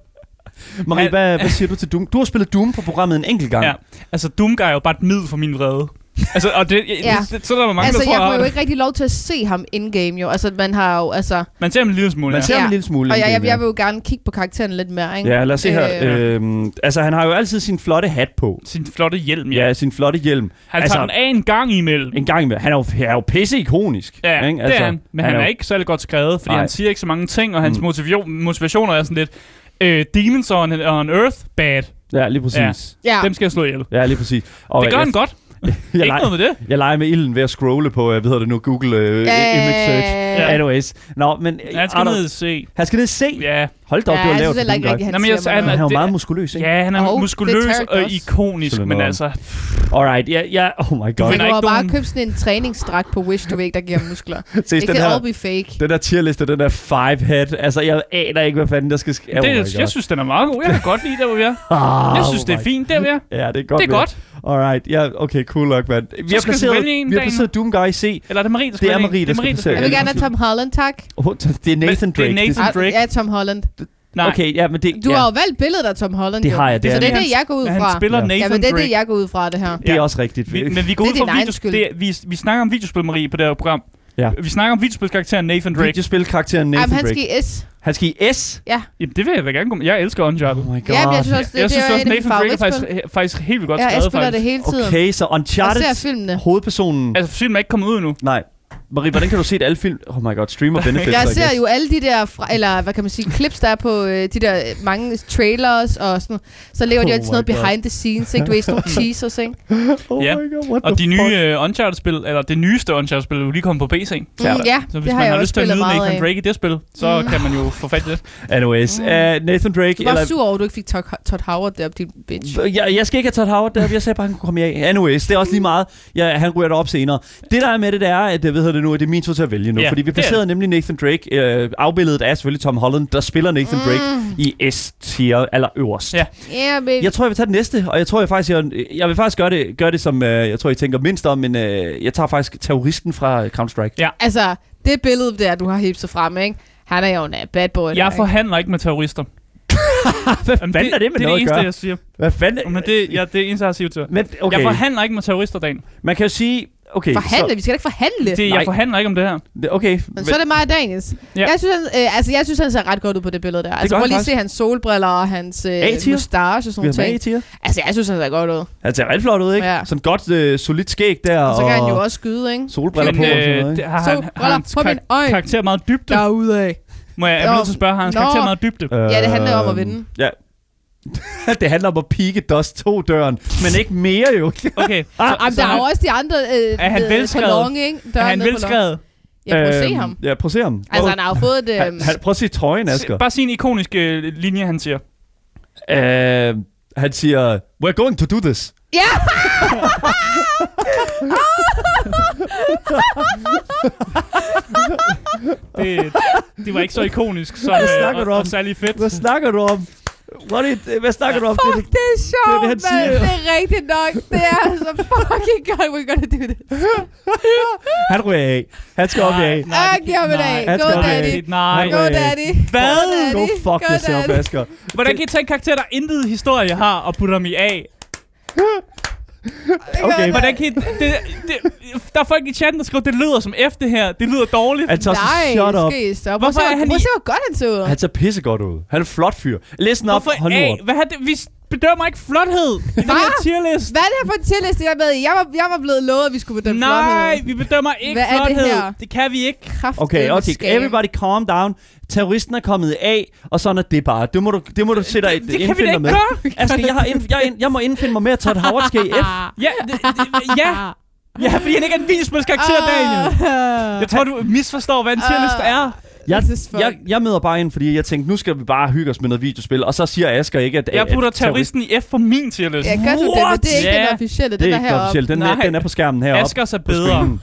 Speaker 2: Marie,
Speaker 3: Han-
Speaker 2: hvad, hvad siger du til Doom? Du har spillet Doom på programmet en enkelt gang.
Speaker 3: Ja. Altså, Doom Guy er jo bare et middel for min vrede. Altså, og det, ja.
Speaker 4: Ja.
Speaker 3: det, det, så er der var mange,
Speaker 4: Altså,
Speaker 3: der
Speaker 4: jeg
Speaker 3: tror,
Speaker 4: får
Speaker 3: at
Speaker 4: jo ikke rigtig lov til at se ham in-game, jo. Altså, man har jo, altså...
Speaker 3: man ser ham en lille smule.
Speaker 2: Man
Speaker 3: ja.
Speaker 2: ser ham
Speaker 4: Ja.
Speaker 2: en lille smule.
Speaker 4: Og jeg, jeg,
Speaker 2: indimellem,
Speaker 4: jeg vil jo gerne kigge på karakteren lidt mere, ikke?
Speaker 2: Ja, lad os se her.
Speaker 4: Øh,
Speaker 2: Øh, altså, han har jo altid sin flotte hat på.
Speaker 3: Sin flotte hjelm, ja.
Speaker 2: Ja, sin flotte hjelm.
Speaker 3: Han altså,
Speaker 2: altså,
Speaker 3: tager den af en gang imellem.
Speaker 2: en gang med. Han er jo, han er jo pisse ikonisk.
Speaker 3: Ja,
Speaker 2: ikke? Altså,
Speaker 3: det er han. Men han er
Speaker 2: jo-
Speaker 3: ikke særlig godt skrevet, fordi
Speaker 2: Nej.
Speaker 3: han siger ikke så mange ting, og hans
Speaker 2: Mm.
Speaker 3: motivio- motivationer er sådan lidt... Øh, Demons on, on Earth, bad.
Speaker 2: Ja, lige præcis.
Speaker 4: Ja,
Speaker 3: Dem skal jeg slå ihjel.
Speaker 2: Ja, lige præcis. Og
Speaker 3: det gør
Speaker 2: jeg,
Speaker 3: han godt.
Speaker 2: Jeg, jeg,
Speaker 3: ikke
Speaker 2: leger,
Speaker 3: noget med det.
Speaker 2: jeg leger med ilden ved at scrolle på, øh, hvad hedder det nu, Google øh, Image Search.
Speaker 3: Ja.
Speaker 2: Anyways. Nå, men... øh,
Speaker 3: Han skal
Speaker 2: Arnold-
Speaker 3: ned og se.
Speaker 2: Han skal ned og se.
Speaker 3: Ja,
Speaker 2: Hold da op,
Speaker 4: Ja,
Speaker 2: du har
Speaker 4: jeg
Speaker 2: lavet
Speaker 4: synes heller ikke
Speaker 2: Doom
Speaker 4: rigtig, han
Speaker 2: Guy.
Speaker 3: Nå, men jeg-
Speaker 4: ser mig
Speaker 3: han-
Speaker 2: Han er jo
Speaker 3: det-
Speaker 2: meget muskuløs, ikke?
Speaker 3: ja han er
Speaker 4: Og
Speaker 3: oh,
Speaker 4: det
Speaker 3: muskuløs
Speaker 4: er Tarek
Speaker 3: og
Speaker 4: også.
Speaker 3: ikonisk,
Speaker 2: Sådan
Speaker 3: men
Speaker 2: noget.
Speaker 3: altså...
Speaker 2: Alright, ja, ja, oh my
Speaker 4: Du
Speaker 2: god.
Speaker 3: finder
Speaker 4: kan jo
Speaker 3: ikke
Speaker 4: bare
Speaker 3: nogen-
Speaker 4: købe sådan en træningsdragt på Wish, du ved ikke, der giver muskler.
Speaker 2: Ses,
Speaker 4: det
Speaker 2: den
Speaker 4: kan all
Speaker 2: her,
Speaker 4: be fake.
Speaker 2: den der tierliste, den der five head. Altså, jeg aner ikke, hvad fanden der skal ske. Oh
Speaker 3: det,
Speaker 2: my
Speaker 3: jeg,
Speaker 2: god.
Speaker 3: jeg synes, den er meget god. Jeg kan godt lide der, hvor vi er.
Speaker 2: Ah,
Speaker 3: Jeg synes,
Speaker 2: oh
Speaker 3: det er
Speaker 2: my-
Speaker 3: fint, der vi er.
Speaker 2: Ja, det er godt.
Speaker 3: Det er
Speaker 2: med.
Speaker 3: godt.
Speaker 2: Alright, ja, okay, cool nok, mand. Vi har
Speaker 3: skal du
Speaker 2: placeret,
Speaker 3: vælge en,
Speaker 2: vi har
Speaker 3: Daniel.
Speaker 2: placeret Doom Guy i C.
Speaker 3: Eller er det Marie, der skal
Speaker 2: Det er
Speaker 3: vælge en?
Speaker 2: Marie, der skal
Speaker 3: Marie,
Speaker 2: placere.
Speaker 4: Jeg vil
Speaker 3: skal
Speaker 2: Ja,
Speaker 3: vælge
Speaker 4: gerne
Speaker 3: en.
Speaker 4: have Tom Holland, tak.
Speaker 2: Oh, det er Nathan
Speaker 3: Men det er
Speaker 2: Drake.
Speaker 3: Nathan-
Speaker 4: Ej,
Speaker 3: Drake.
Speaker 4: Ja, Tom Holland.
Speaker 3: Nej, okay.
Speaker 2: Okay, ja, men det,
Speaker 4: Du
Speaker 2: ja,
Speaker 4: har jo valgt billedet af Tom Holland.
Speaker 2: Det
Speaker 4: jo.
Speaker 2: har jeg, det
Speaker 4: det er
Speaker 2: er
Speaker 4: så det er
Speaker 3: det.
Speaker 4: det, jeg går ud
Speaker 3: han
Speaker 4: fra.
Speaker 3: spiller
Speaker 2: Ja.
Speaker 3: Nathan
Speaker 4: Ja, men det er det,
Speaker 3: Drake.
Speaker 4: jeg går ud fra, det her.
Speaker 2: det er
Speaker 3: Ja.
Speaker 2: også rigtigt.
Speaker 3: Vi, men vi går
Speaker 4: Det
Speaker 3: ud
Speaker 4: er din
Speaker 3: fra
Speaker 4: egen
Speaker 3: videos,
Speaker 4: skyld.
Speaker 3: det, er- vi, vi snakker om videospil, Marie, på det her program.
Speaker 2: Ja.
Speaker 3: Vi snakker om videospilkarakteren Nathan Drake.
Speaker 2: Videospil karakteren Nathan
Speaker 4: Jamen, han
Speaker 2: Drake.
Speaker 4: skal i S.
Speaker 2: Han skal i S.
Speaker 3: Jamen, det vil jeg da gerne gå med. Jeg elsker Uncharted.
Speaker 2: Oh my god.
Speaker 4: Ja, men jeg synes også, det,
Speaker 3: jeg
Speaker 4: det
Speaker 3: synes
Speaker 4: er
Speaker 3: også,
Speaker 4: en af mine
Speaker 3: Nathan Drake er faktisk,
Speaker 4: favoritspil.
Speaker 3: he- faktisk helt godt
Speaker 4: Ja, jeg
Speaker 3: skrevet,
Speaker 4: spiller det
Speaker 3: faktisk.
Speaker 4: hele tiden.
Speaker 2: Okay, så
Speaker 4: Jeg ser
Speaker 2: Uncharted,
Speaker 4: filmene.
Speaker 2: hovedpersonen.
Speaker 3: Altså, filmen er ikke kommet ud endnu.
Speaker 2: Nej. Marie, hvordan kan du se et alle film? Oh my god, streamer benefits,
Speaker 4: Jeg
Speaker 2: I
Speaker 4: ser
Speaker 2: guess.
Speaker 4: jo alle de der, fra, eller hvad kan man sige, clips, der er på øh, de der øh, mange trailers og sådan noget. Så laver
Speaker 2: Oh
Speaker 4: de altid
Speaker 2: my
Speaker 4: noget
Speaker 2: God.
Speaker 4: behind the scenes, ikke? Du ved, sådan nogle teasers, ikke?
Speaker 2: Oh
Speaker 3: Ja.
Speaker 2: my god, what
Speaker 3: Og
Speaker 2: the
Speaker 3: de
Speaker 2: fuck?
Speaker 3: nye uh, Uncharted-spil, eller det nyeste Uncharted-spil, er jo lige kommet på PC.
Speaker 4: Mm, ja,
Speaker 3: Så hvis
Speaker 4: det har
Speaker 3: man
Speaker 4: jeg
Speaker 3: har
Speaker 4: også
Speaker 3: lyst til at
Speaker 4: spillet
Speaker 3: nyde
Speaker 4: meget
Speaker 3: Nathan
Speaker 4: af.
Speaker 3: Drake i det spil,
Speaker 2: Mm.
Speaker 3: så kan man jo få fat i det.
Speaker 2: Anyways, uh, Nathan Drake
Speaker 4: Du
Speaker 2: eller...
Speaker 4: Mm. var sur over, at du ikke fik Todd- Todd Howard deroppe, din bitch.
Speaker 2: Jeg, jeg skal ikke have Todd
Speaker 4: Mm.
Speaker 2: Howard deroppe. Jeg sagde bare, han kunne komme i af. Anyways, det er også lige meget. Ja, han ryger derop senere. Det der er med det, det er, at det, ved det det nu, at det er min tur til at vælge nu.
Speaker 3: Ja,
Speaker 2: Yeah, fordi vi
Speaker 3: det er
Speaker 2: placerede nemlig Nathan Drake, øh, afbilledet af selvfølgelig Tom Holland, der spiller Nathan mm. Drake i S-tier, eller øverst.
Speaker 3: Ja.
Speaker 4: Yeah, baby.
Speaker 2: Jeg tror, jeg vil tage den næste, og jeg tror, jeg faktisk, jeg, jeg vil faktisk gøre det, gøre det som øh, jeg tror, I tænker mindst om, men øh, jeg tager faktisk terroristen fra øh, Counter-Strike.
Speaker 3: Ja.
Speaker 4: Altså, det billede der, du har hipset frem, ikke? Han er jo en øh, bad boy. der,
Speaker 3: Jeg
Speaker 4: ikke?
Speaker 3: forhandler ikke med terrorister.
Speaker 2: Hvad fanden
Speaker 3: det,
Speaker 2: er det med
Speaker 3: det er
Speaker 2: noget
Speaker 3: det
Speaker 2: at
Speaker 3: eneste,
Speaker 2: gøre?
Speaker 3: jeg siger.
Speaker 2: Hvad fanden?
Speaker 3: Men det, ja, det er det eneste, jeg siger til.
Speaker 2: men okay,
Speaker 3: Jeg forhandler ikke med terrorister, Dan.
Speaker 2: man kan jo sige... Okay,
Speaker 4: Forhandle? Vi skal da ikke forhandle.
Speaker 3: Det, jeg
Speaker 2: Nej.
Speaker 3: forhandler ikke om det her.
Speaker 2: Så, okay,
Speaker 4: Men så er det mig og Daniels.
Speaker 3: Ja.
Speaker 4: Ja. Jeg, synes, han, øh, altså, jeg synes, han ser ret godt ud på det billede der. Altså,
Speaker 2: gør
Speaker 4: prøv
Speaker 2: han
Speaker 4: lige at
Speaker 2: faktisk.
Speaker 4: se hans solbriller og hans øh,
Speaker 2: A-tier.
Speaker 4: mustache og
Speaker 2: vi
Speaker 4: sådan
Speaker 2: har med
Speaker 4: noget.
Speaker 2: A-tier.
Speaker 4: Altså, jeg synes, han ser godt ud.
Speaker 2: Han ser ret flot ud, ikke?
Speaker 4: Ja.
Speaker 2: Sådan godt, øh, solidt skæg der,
Speaker 4: Og så kan han jo
Speaker 2: og
Speaker 4: også skyde, ikke?
Speaker 2: solbriller
Speaker 3: Men,
Speaker 2: på og sådan
Speaker 3: øh,
Speaker 2: noget,
Speaker 3: det-
Speaker 2: ikke?
Speaker 3: har
Speaker 4: Så,
Speaker 3: han, har
Speaker 4: briller
Speaker 3: hans
Speaker 4: på
Speaker 3: kar-
Speaker 4: min øjne.
Speaker 3: karakter meget dybde?
Speaker 4: Derudad.
Speaker 3: Må jeg, jeg er nødt til at spørge, har hans
Speaker 4: Nå.
Speaker 3: karakter meget dybde?
Speaker 4: Ja, det handler om at
Speaker 2: Øh,
Speaker 4: vinde.
Speaker 2: Ja. det handler om at pike Dust 2-døren, men ikke mere jo.
Speaker 3: Okay,
Speaker 2: Ah,
Speaker 3: så,
Speaker 4: Jamen, der er jo også de andre øh,
Speaker 3: Er han
Speaker 4: øh,
Speaker 3: velskrevet?
Speaker 4: Long, ikke? Der
Speaker 3: er han velskrevet? Øhm,
Speaker 4: Jeg prøv at se ham.
Speaker 2: Øhm, Ja, prøv at se ham.
Speaker 4: Altså,
Speaker 2: Prøv-
Speaker 4: han har jo fået et...
Speaker 2: han,
Speaker 4: Øh,
Speaker 2: han, prøv at se trøjen, Asger.
Speaker 3: Bare sig en ikonisk øh, linje, han siger.
Speaker 2: Øh, han siger, we're going to do this.
Speaker 4: ja!
Speaker 3: Det, det var ikke så ikonisk, som
Speaker 2: Hvad
Speaker 3: øh,
Speaker 2: snakker
Speaker 3: og,
Speaker 2: du om?
Speaker 3: og særlig fedt.
Speaker 2: Hvad snakker du om? What it, hvad snakker du om? Det, er det,
Speaker 4: Det er sjovt,
Speaker 2: Det er det, han
Speaker 4: det,
Speaker 2: siger.
Speaker 4: det, det er rigtigt nok. Det er så fucking godt, we're gonna do this.
Speaker 2: han ryger af. Han skal op i af.
Speaker 4: Ah, giv ham en
Speaker 3: nej,
Speaker 4: A.
Speaker 2: Han
Speaker 4: Go,
Speaker 2: skal op i
Speaker 4: daddy.
Speaker 2: A.
Speaker 3: Nej.
Speaker 2: Han
Speaker 4: Go,
Speaker 2: ryger af.
Speaker 4: daddy.
Speaker 3: Hvad?
Speaker 4: Go, daddy.
Speaker 2: Go fuck
Speaker 4: Go,
Speaker 2: yourself,
Speaker 4: daddy.
Speaker 2: Asger.
Speaker 3: Hvordan kan I tage en karakter, der intet historie har, og putte ham i A?
Speaker 2: Okay.
Speaker 3: Hvordan kan I, det, det, der er folk i chatten, der skriver, det lyder som F det her. Det lyder dårligt.
Speaker 2: Han tager
Speaker 4: Nej,
Speaker 2: sig shut up.
Speaker 4: skal I stoppe.
Speaker 3: Hvorfor
Speaker 4: Prøv at
Speaker 3: er
Speaker 4: se,
Speaker 3: han
Speaker 4: Prøv
Speaker 3: i-
Speaker 4: at se, hvor godt han ser ud.
Speaker 2: Han ser pissegodt ud. Han er en flot fyr. Listen op.
Speaker 3: Hvorfor
Speaker 2: Hold nu
Speaker 3: A?
Speaker 2: op.
Speaker 3: Hvad har det? Vi bedømmer ikke flothed i den her
Speaker 4: Hva?
Speaker 3: tierlist.
Speaker 4: Hvad er det her for en tierliste, jeg er med i? Jeg var, jeg var blevet lovet, at vi skulle bedømme
Speaker 3: Nej, vi bedømmer ikke
Speaker 4: Hvad er det
Speaker 3: flothed.
Speaker 4: her?
Speaker 3: det kan vi ikke.
Speaker 4: Kraft
Speaker 2: Okay, okay. Everybody calm down. Terroristen er kommet af, og sådan er det bare. Det må du, det må du sætte dig
Speaker 3: Det kan vi da
Speaker 2: indfinde dig
Speaker 3: ikke
Speaker 2: med.
Speaker 3: gøre.
Speaker 2: Asger, jeg, har ind, jeg, er ind, jeg må indfinde mig med at tage et Howard skal i F.
Speaker 3: Ja, det, det, ja. ja, fordi han ikke er en vis karakter, Daniel. Jeg tror, du misforstår, hvad en tierliste
Speaker 4: Ah.
Speaker 3: er.
Speaker 2: Jeg,
Speaker 4: Jesus fuck.
Speaker 2: jeg, jeg møder bare ind, fordi jeg tænkte, nu skal vi bare hygge os med noget videospil. Og så siger Asger ikke, at...
Speaker 3: Jeg
Speaker 2: at
Speaker 3: putter
Speaker 2: terrorist-
Speaker 3: terroristen i F på min tierliste.
Speaker 4: Ja, gør du det, men det er ikke
Speaker 3: What?
Speaker 4: den
Speaker 3: Ja,
Speaker 4: officielle,
Speaker 2: Det
Speaker 4: den
Speaker 2: er
Speaker 4: der
Speaker 2: ikke
Speaker 4: heroppe.
Speaker 2: officielt. Den, er,
Speaker 3: Nej.
Speaker 2: den er på skærmen heroppe.
Speaker 3: Askers er
Speaker 2: på
Speaker 3: bedre.
Speaker 2: screenen.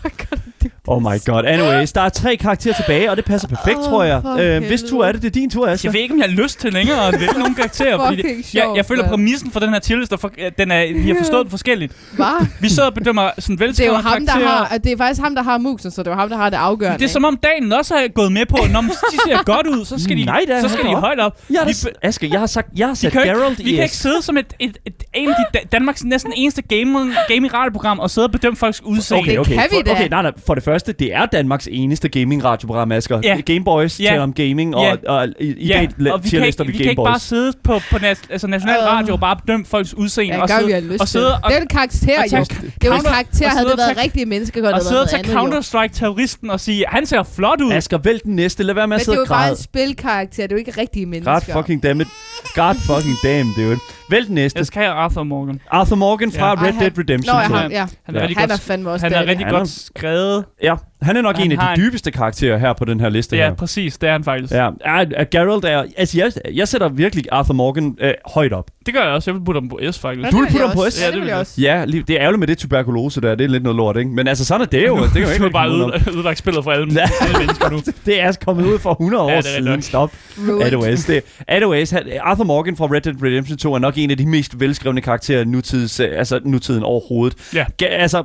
Speaker 2: Oh my god. Anyways, der er tre karakterer tilbage, og det passer perfekt,
Speaker 4: Åh,
Speaker 2: tror jeg.
Speaker 4: for
Speaker 2: Øh, hvis
Speaker 4: helvede.
Speaker 2: tur er det, det er din tur,
Speaker 3: Jeg
Speaker 2: Asger.
Speaker 3: ved ikke, om jeg har lyst til længere at vælge nogle karakterer, fordi det,
Speaker 4: Altså- Fucking
Speaker 3: jeg,
Speaker 4: sjovt,
Speaker 3: jeg føler,
Speaker 4: mand.
Speaker 3: præmissen for den her tierliste, er for, at den er, vi har forstået den forskelligt.
Speaker 4: Hva?
Speaker 3: Vi sidder og bedømmer sådan
Speaker 4: Det er jo
Speaker 3: velskrevne
Speaker 4: ham, der
Speaker 3: karakterer.
Speaker 4: har, og det er faktisk ham, der har musen, så det er jo ham, der har det afgørende.
Speaker 3: Det er som om dagen også har gået med på, at når de ser godt ud, så skal de,
Speaker 2: Nej da,
Speaker 3: så skal de
Speaker 2: hold op.
Speaker 3: højt op.
Speaker 2: Jeg,
Speaker 3: vi,
Speaker 2: er, Asger, jeg har sagt, jeg har
Speaker 3: de
Speaker 2: sat
Speaker 3: kan jo
Speaker 2: Geralt
Speaker 3: ikke, vi
Speaker 2: i
Speaker 3: kan
Speaker 2: S.
Speaker 3: ikke sidde som et, et, et, en af de, da- Danmarks næsten eneste gaming, gaming radioprogram og sidde og bedømme folks udseende.
Speaker 2: Okay,
Speaker 4: Det
Speaker 2: okay.
Speaker 4: kan vi
Speaker 2: for,
Speaker 4: da.
Speaker 2: okay, nej, nej. For det første, det er Danmarks eneste gaming-radioprogram, Asger.
Speaker 3: Ja.
Speaker 2: Ja. Gameboys
Speaker 3: Ja.
Speaker 2: ja. taler om gaming, og,
Speaker 3: Ja.
Speaker 2: og, og i, i
Speaker 3: Ja,
Speaker 2: dag la-
Speaker 3: og vi kan
Speaker 2: tierlister
Speaker 3: ikke,
Speaker 2: vi
Speaker 3: vi kan ikke bare
Speaker 2: Gameboys.
Speaker 3: sidde på, på nas, altså national
Speaker 4: Øh.
Speaker 3: radio og bare bedømme folks udseende.
Speaker 4: Ja,
Speaker 3: og
Speaker 4: gør
Speaker 3: sidde,
Speaker 4: vi har lyst
Speaker 3: og sidde
Speaker 4: til.
Speaker 3: og,
Speaker 4: Det er jo en karakter,
Speaker 3: og
Speaker 4: jo.
Speaker 3: tage-
Speaker 4: Det er jo en
Speaker 3: counter-
Speaker 4: karakter,
Speaker 3: og
Speaker 4: havde
Speaker 3: sidde
Speaker 4: det
Speaker 3: og
Speaker 4: været
Speaker 3: tage-
Speaker 4: rigtige mennesker, kunne
Speaker 3: og
Speaker 4: det
Speaker 3: sidde og
Speaker 4: været
Speaker 3: tage
Speaker 4: noget andet. jo.
Speaker 3: Counter-Strike-terroristen og sige, han ser flot ud.
Speaker 2: Asger, vælg den næste. Lad være med
Speaker 4: Men det er
Speaker 2: at sidde
Speaker 4: jo
Speaker 2: og
Speaker 4: bare
Speaker 2: græde.
Speaker 4: en spilkarakter, det er jo ikke rigtige mennesker.
Speaker 2: God fucking damn it. God fucking damn, dude. Vælg den næste.
Speaker 3: Jeg skal have Arthur Morgan.
Speaker 2: Arthur Morgan fra
Speaker 4: Ja.
Speaker 2: Red
Speaker 4: Ej,
Speaker 2: Dead
Speaker 4: han-
Speaker 2: Redemption
Speaker 4: Nå, jeg
Speaker 2: 2.
Speaker 4: har, ja.
Speaker 3: Han er rigtig
Speaker 4: Han
Speaker 3: godt,
Speaker 4: er fandme også
Speaker 3: han er
Speaker 4: dejlig.
Speaker 3: rigtig
Speaker 2: Han
Speaker 3: godt
Speaker 2: er-
Speaker 3: skrevet.
Speaker 2: Ja, han er nok
Speaker 3: Han
Speaker 2: en af
Speaker 3: har en-
Speaker 2: de dybeste karakterer her på den her liste
Speaker 3: Ja,
Speaker 2: her.
Speaker 3: præcis. Det er han faktisk.
Speaker 2: Ja, ja ja, Geralt er... Altså, jeg, jeg sætter virkelig Arthur Morgan øh, højt op.
Speaker 3: Det gør jeg også. Jeg vil putte ham på S, faktisk.
Speaker 2: Du vil putte ham på S?
Speaker 4: Ja, det
Speaker 3: vil
Speaker 4: vil
Speaker 3: jeg
Speaker 4: jeg også.
Speaker 2: Ja, lige, det er ærgerligt med det tuberkulose der. Det er lidt noget lort, ikke? Men altså, sådan er det jo. Det kan jo
Speaker 3: Du
Speaker 2: ikke
Speaker 3: har
Speaker 2: rigtig
Speaker 3: bare
Speaker 2: komme udenom.
Speaker 3: øde- ødelagt spillet for alle,
Speaker 2: Ja.
Speaker 3: alle mennesker nu.
Speaker 2: Det er altså kommet ud for 100 år
Speaker 3: Ja, det er rigtig
Speaker 2: siden.
Speaker 3: nok.
Speaker 2: Stop.
Speaker 4: Ruined.
Speaker 2: Anyways, det, anyways han, Arthur Morgan fra Red Dead Redemption 2 er nok en af de mest velskrevne karakterer i nutids, øh, altså nutiden overhovedet.
Speaker 3: Ja.
Speaker 2: Ge- altså,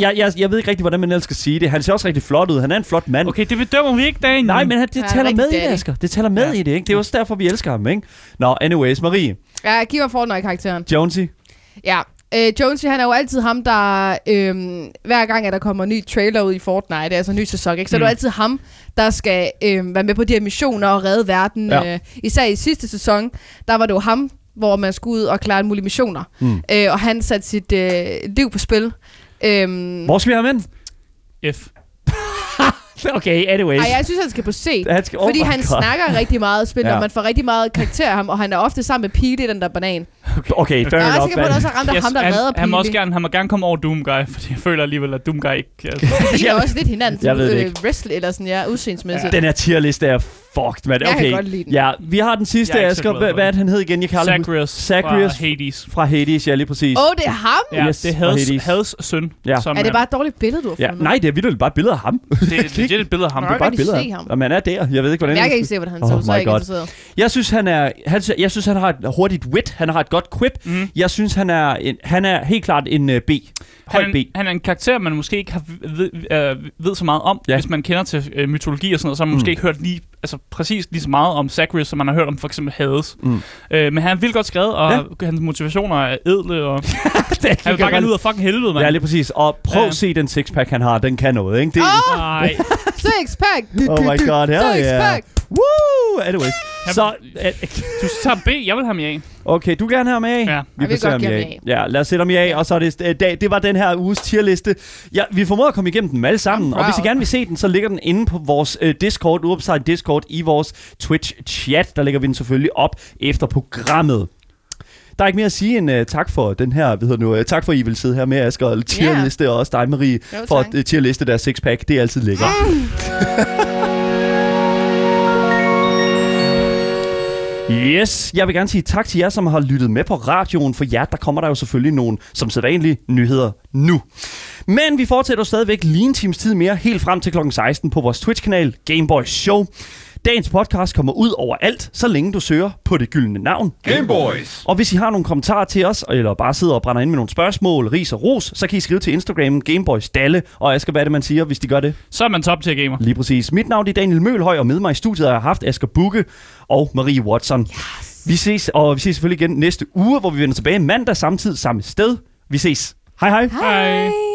Speaker 2: jeg, jeg, jeg ved ikke rigtig, hvordan man ellers skal sige det. Han ser også rigtig flot ud. Han er en flot mand.
Speaker 3: Okay, det bedømmer vi ikke, Daniel.
Speaker 2: Nej, men han, det
Speaker 4: Han er
Speaker 2: taler
Speaker 4: rigtig
Speaker 2: med i det,
Speaker 4: daddy.
Speaker 2: Asger. Det taler med
Speaker 3: Ja.
Speaker 2: ja. i det, ikke? Det er også derfor, vi elsker ham, ikke? Nå, anyways, Marie.
Speaker 4: Ja, giv mig Fortnite-karakteren.
Speaker 2: Jonesy.
Speaker 4: Ja. Øh, Jonesy, han er jo altid ham, der... Øhm, hver gang, at der kommer en ny trailer ud i Fortnite, altså en ny sæson, ikke? så mm. det er jo
Speaker 3: Mm.
Speaker 4: altid ham, der skal øhm, være med på de her missioner og redde verden.
Speaker 2: Ja.
Speaker 4: Ja. Øh, især i sidste sæson, der var det jo ham, hvor man skulle ud og klare alle mulige missioner.
Speaker 2: Mm.
Speaker 4: Mm. Øh, og han satte sit øh, liv på spil. Øhm,
Speaker 2: Hvor skal vi have ham ind?
Speaker 3: F.
Speaker 2: Okay, anyways.
Speaker 4: ej, jeg synes, han skal på C.
Speaker 2: Han skal, oh
Speaker 4: Fordi
Speaker 2: my
Speaker 4: han
Speaker 2: God.
Speaker 4: snakker rigtig meget spil, ja.
Speaker 2: Ja.
Speaker 4: og man får rigtig meget karakter af ham, og han er ofte sammen med Pete i den der banan.
Speaker 2: Okay, fair
Speaker 4: Jeg er ret
Speaker 2: enough.
Speaker 4: sikker på, at
Speaker 2: mand.
Speaker 4: der også er ramt af ham, der
Speaker 3: han,
Speaker 4: redder
Speaker 3: han, må også
Speaker 4: Pete.
Speaker 3: gerne, han må gerne komme over Doomguy, fordi jeg føler alligevel, at Doomguy ikke... Altså,
Speaker 4: De er også lidt hinanden,
Speaker 2: Jeg ved det
Speaker 4: øh,
Speaker 2: ikke.
Speaker 4: wrestling eller sådan, ja, udseendsmæssigt.
Speaker 2: Den her tierliste er fucked, mand.
Speaker 4: Altså, Jeg
Speaker 2: Okay.
Speaker 4: kan godt lide den.
Speaker 2: Ja, vi har den sidste,
Speaker 3: Jeg er
Speaker 2: jeg
Speaker 3: ikke så
Speaker 2: Asger.
Speaker 3: glad for
Speaker 2: Hvad,
Speaker 3: den.
Speaker 2: hvad er det, han hed igen? Jeg kan aldrig huske-
Speaker 3: Zagreus,
Speaker 2: Zagreus
Speaker 3: fra Hades.
Speaker 2: fra Hades, ja, lige præcis.
Speaker 4: Åh, oh, det er ham?
Speaker 3: Ja,
Speaker 2: Yes,
Speaker 3: yes, det er
Speaker 2: fra Hades.
Speaker 3: Hades, Hades søn.
Speaker 2: Ja.
Speaker 3: Som,
Speaker 4: Er det bare et dårligt billede, du har
Speaker 2: Ja,
Speaker 4: fundet?
Speaker 2: nej, det er vildt bare et billede af ham.
Speaker 3: øh, Det, det, det er et billede af ham.
Speaker 4: Nå,
Speaker 3: Det
Speaker 4: kan
Speaker 3: er bare,
Speaker 2: et
Speaker 4: de
Speaker 2: billede af
Speaker 4: se ham?
Speaker 2: Og man er der. Jeg ved ikke, hvordan
Speaker 4: Men jeg kan ikke se, hvordan han ser
Speaker 2: Oh
Speaker 4: ud, så
Speaker 2: my
Speaker 4: jeg er ikke
Speaker 2: God.
Speaker 4: interesseret.
Speaker 2: Jeg synes, han er, han, jeg synes, han har et hurtigt wit. Han har et godt quip. Mm. Jeg synes, han er, en, han er helt klart en uh, B. Høj
Speaker 3: han,
Speaker 2: B.
Speaker 3: er en- han er en karakter, man måske ikke har ved, øh, ved så meget om.
Speaker 2: Ja.
Speaker 3: Ja. Hvis man kender til øh, mytologi og sådan noget, så har man mm. måske ikke hørt lige, altså, præcis lige så meget om Zagreus, som man har hørt om for eksempel Hades.
Speaker 2: Mm.
Speaker 3: Mm. Øh, men han er vildt godt skrevet, og ja. hans motivationer er edle, og han vil bare gerne ud af fucking helvede, mand.
Speaker 2: Ja, lige præcis. Og prøv
Speaker 3: Ja.
Speaker 2: at se den sixpack, han har. Den kan noget, ikke? Det, oh!
Speaker 3: Nej.
Speaker 4: Six pack!
Speaker 2: Oh my god, hell
Speaker 4: Six
Speaker 2: yeah.
Speaker 4: pack!
Speaker 2: Woo! Anyways.
Speaker 3: Han-
Speaker 2: Så, øh,
Speaker 3: Du tager B, jeg vil have mig af.
Speaker 2: okay, du vil gerne have ham af?
Speaker 3: Ja.
Speaker 4: Jeg vil
Speaker 2: placerer
Speaker 4: godt
Speaker 2: ham
Speaker 4: give
Speaker 2: i
Speaker 4: ham
Speaker 2: A. Ja, lad os sætte ham i A, og så er det øh, dag. Det var den her uges tierliste. Ja, vi formåede at komme igennem dem alle sammen,
Speaker 4: I'm
Speaker 2: og hvis I
Speaker 4: proud.
Speaker 2: gerne vil se den, så ligger den inde på vores øh, Discord, Uopside Discord, i vores Twitch-chat. Der lægger vi den selvfølgelig op efter programmet. Der er ikke mere at sige end uh, tak for den her, ved nu, uh, tak for, at I vil sidde her med Asger og tierliste, yeah. og også dig, Marie,
Speaker 4: Jo,
Speaker 2: for
Speaker 4: tak.
Speaker 2: at uh, tierliste deres sixpack. Det er altid lækkert. Yes, jeg vil gerne sige tak til jer, som har lyttet med på radioen. For jer, der kommer der jo selvfølgelig nogle, som sædvanlige, nyheder nu. Men vi fortsætter stadigvæk lige en times tid mere, helt frem til kl. 16 på vores Twitch-kanal Gameboy Show. Dagens podcast kommer ud overalt, så længe du søger på det gyldne navn.
Speaker 1: Game Boys.
Speaker 2: Og hvis I har nogle kommentarer til os, eller bare sidder og brænder ind med nogle spørgsmål, ris og ros, så kan I skrive til Instagram Gameboys Dalle. Og Asger, hvad er det, man siger, hvis de gør det?
Speaker 3: Så er man top tier gamer.
Speaker 2: Lige præcis. Mit navn er Daniel Mølhøj, og med mig i studiet har jeg haft Asger Bukke og Marie Watson. Yes. Vi ses, og vi ses selvfølgelig igen næste uge, hvor vi vender tilbage mandag samtidig samme sted. Vi ses. Hej hej.
Speaker 3: Hej.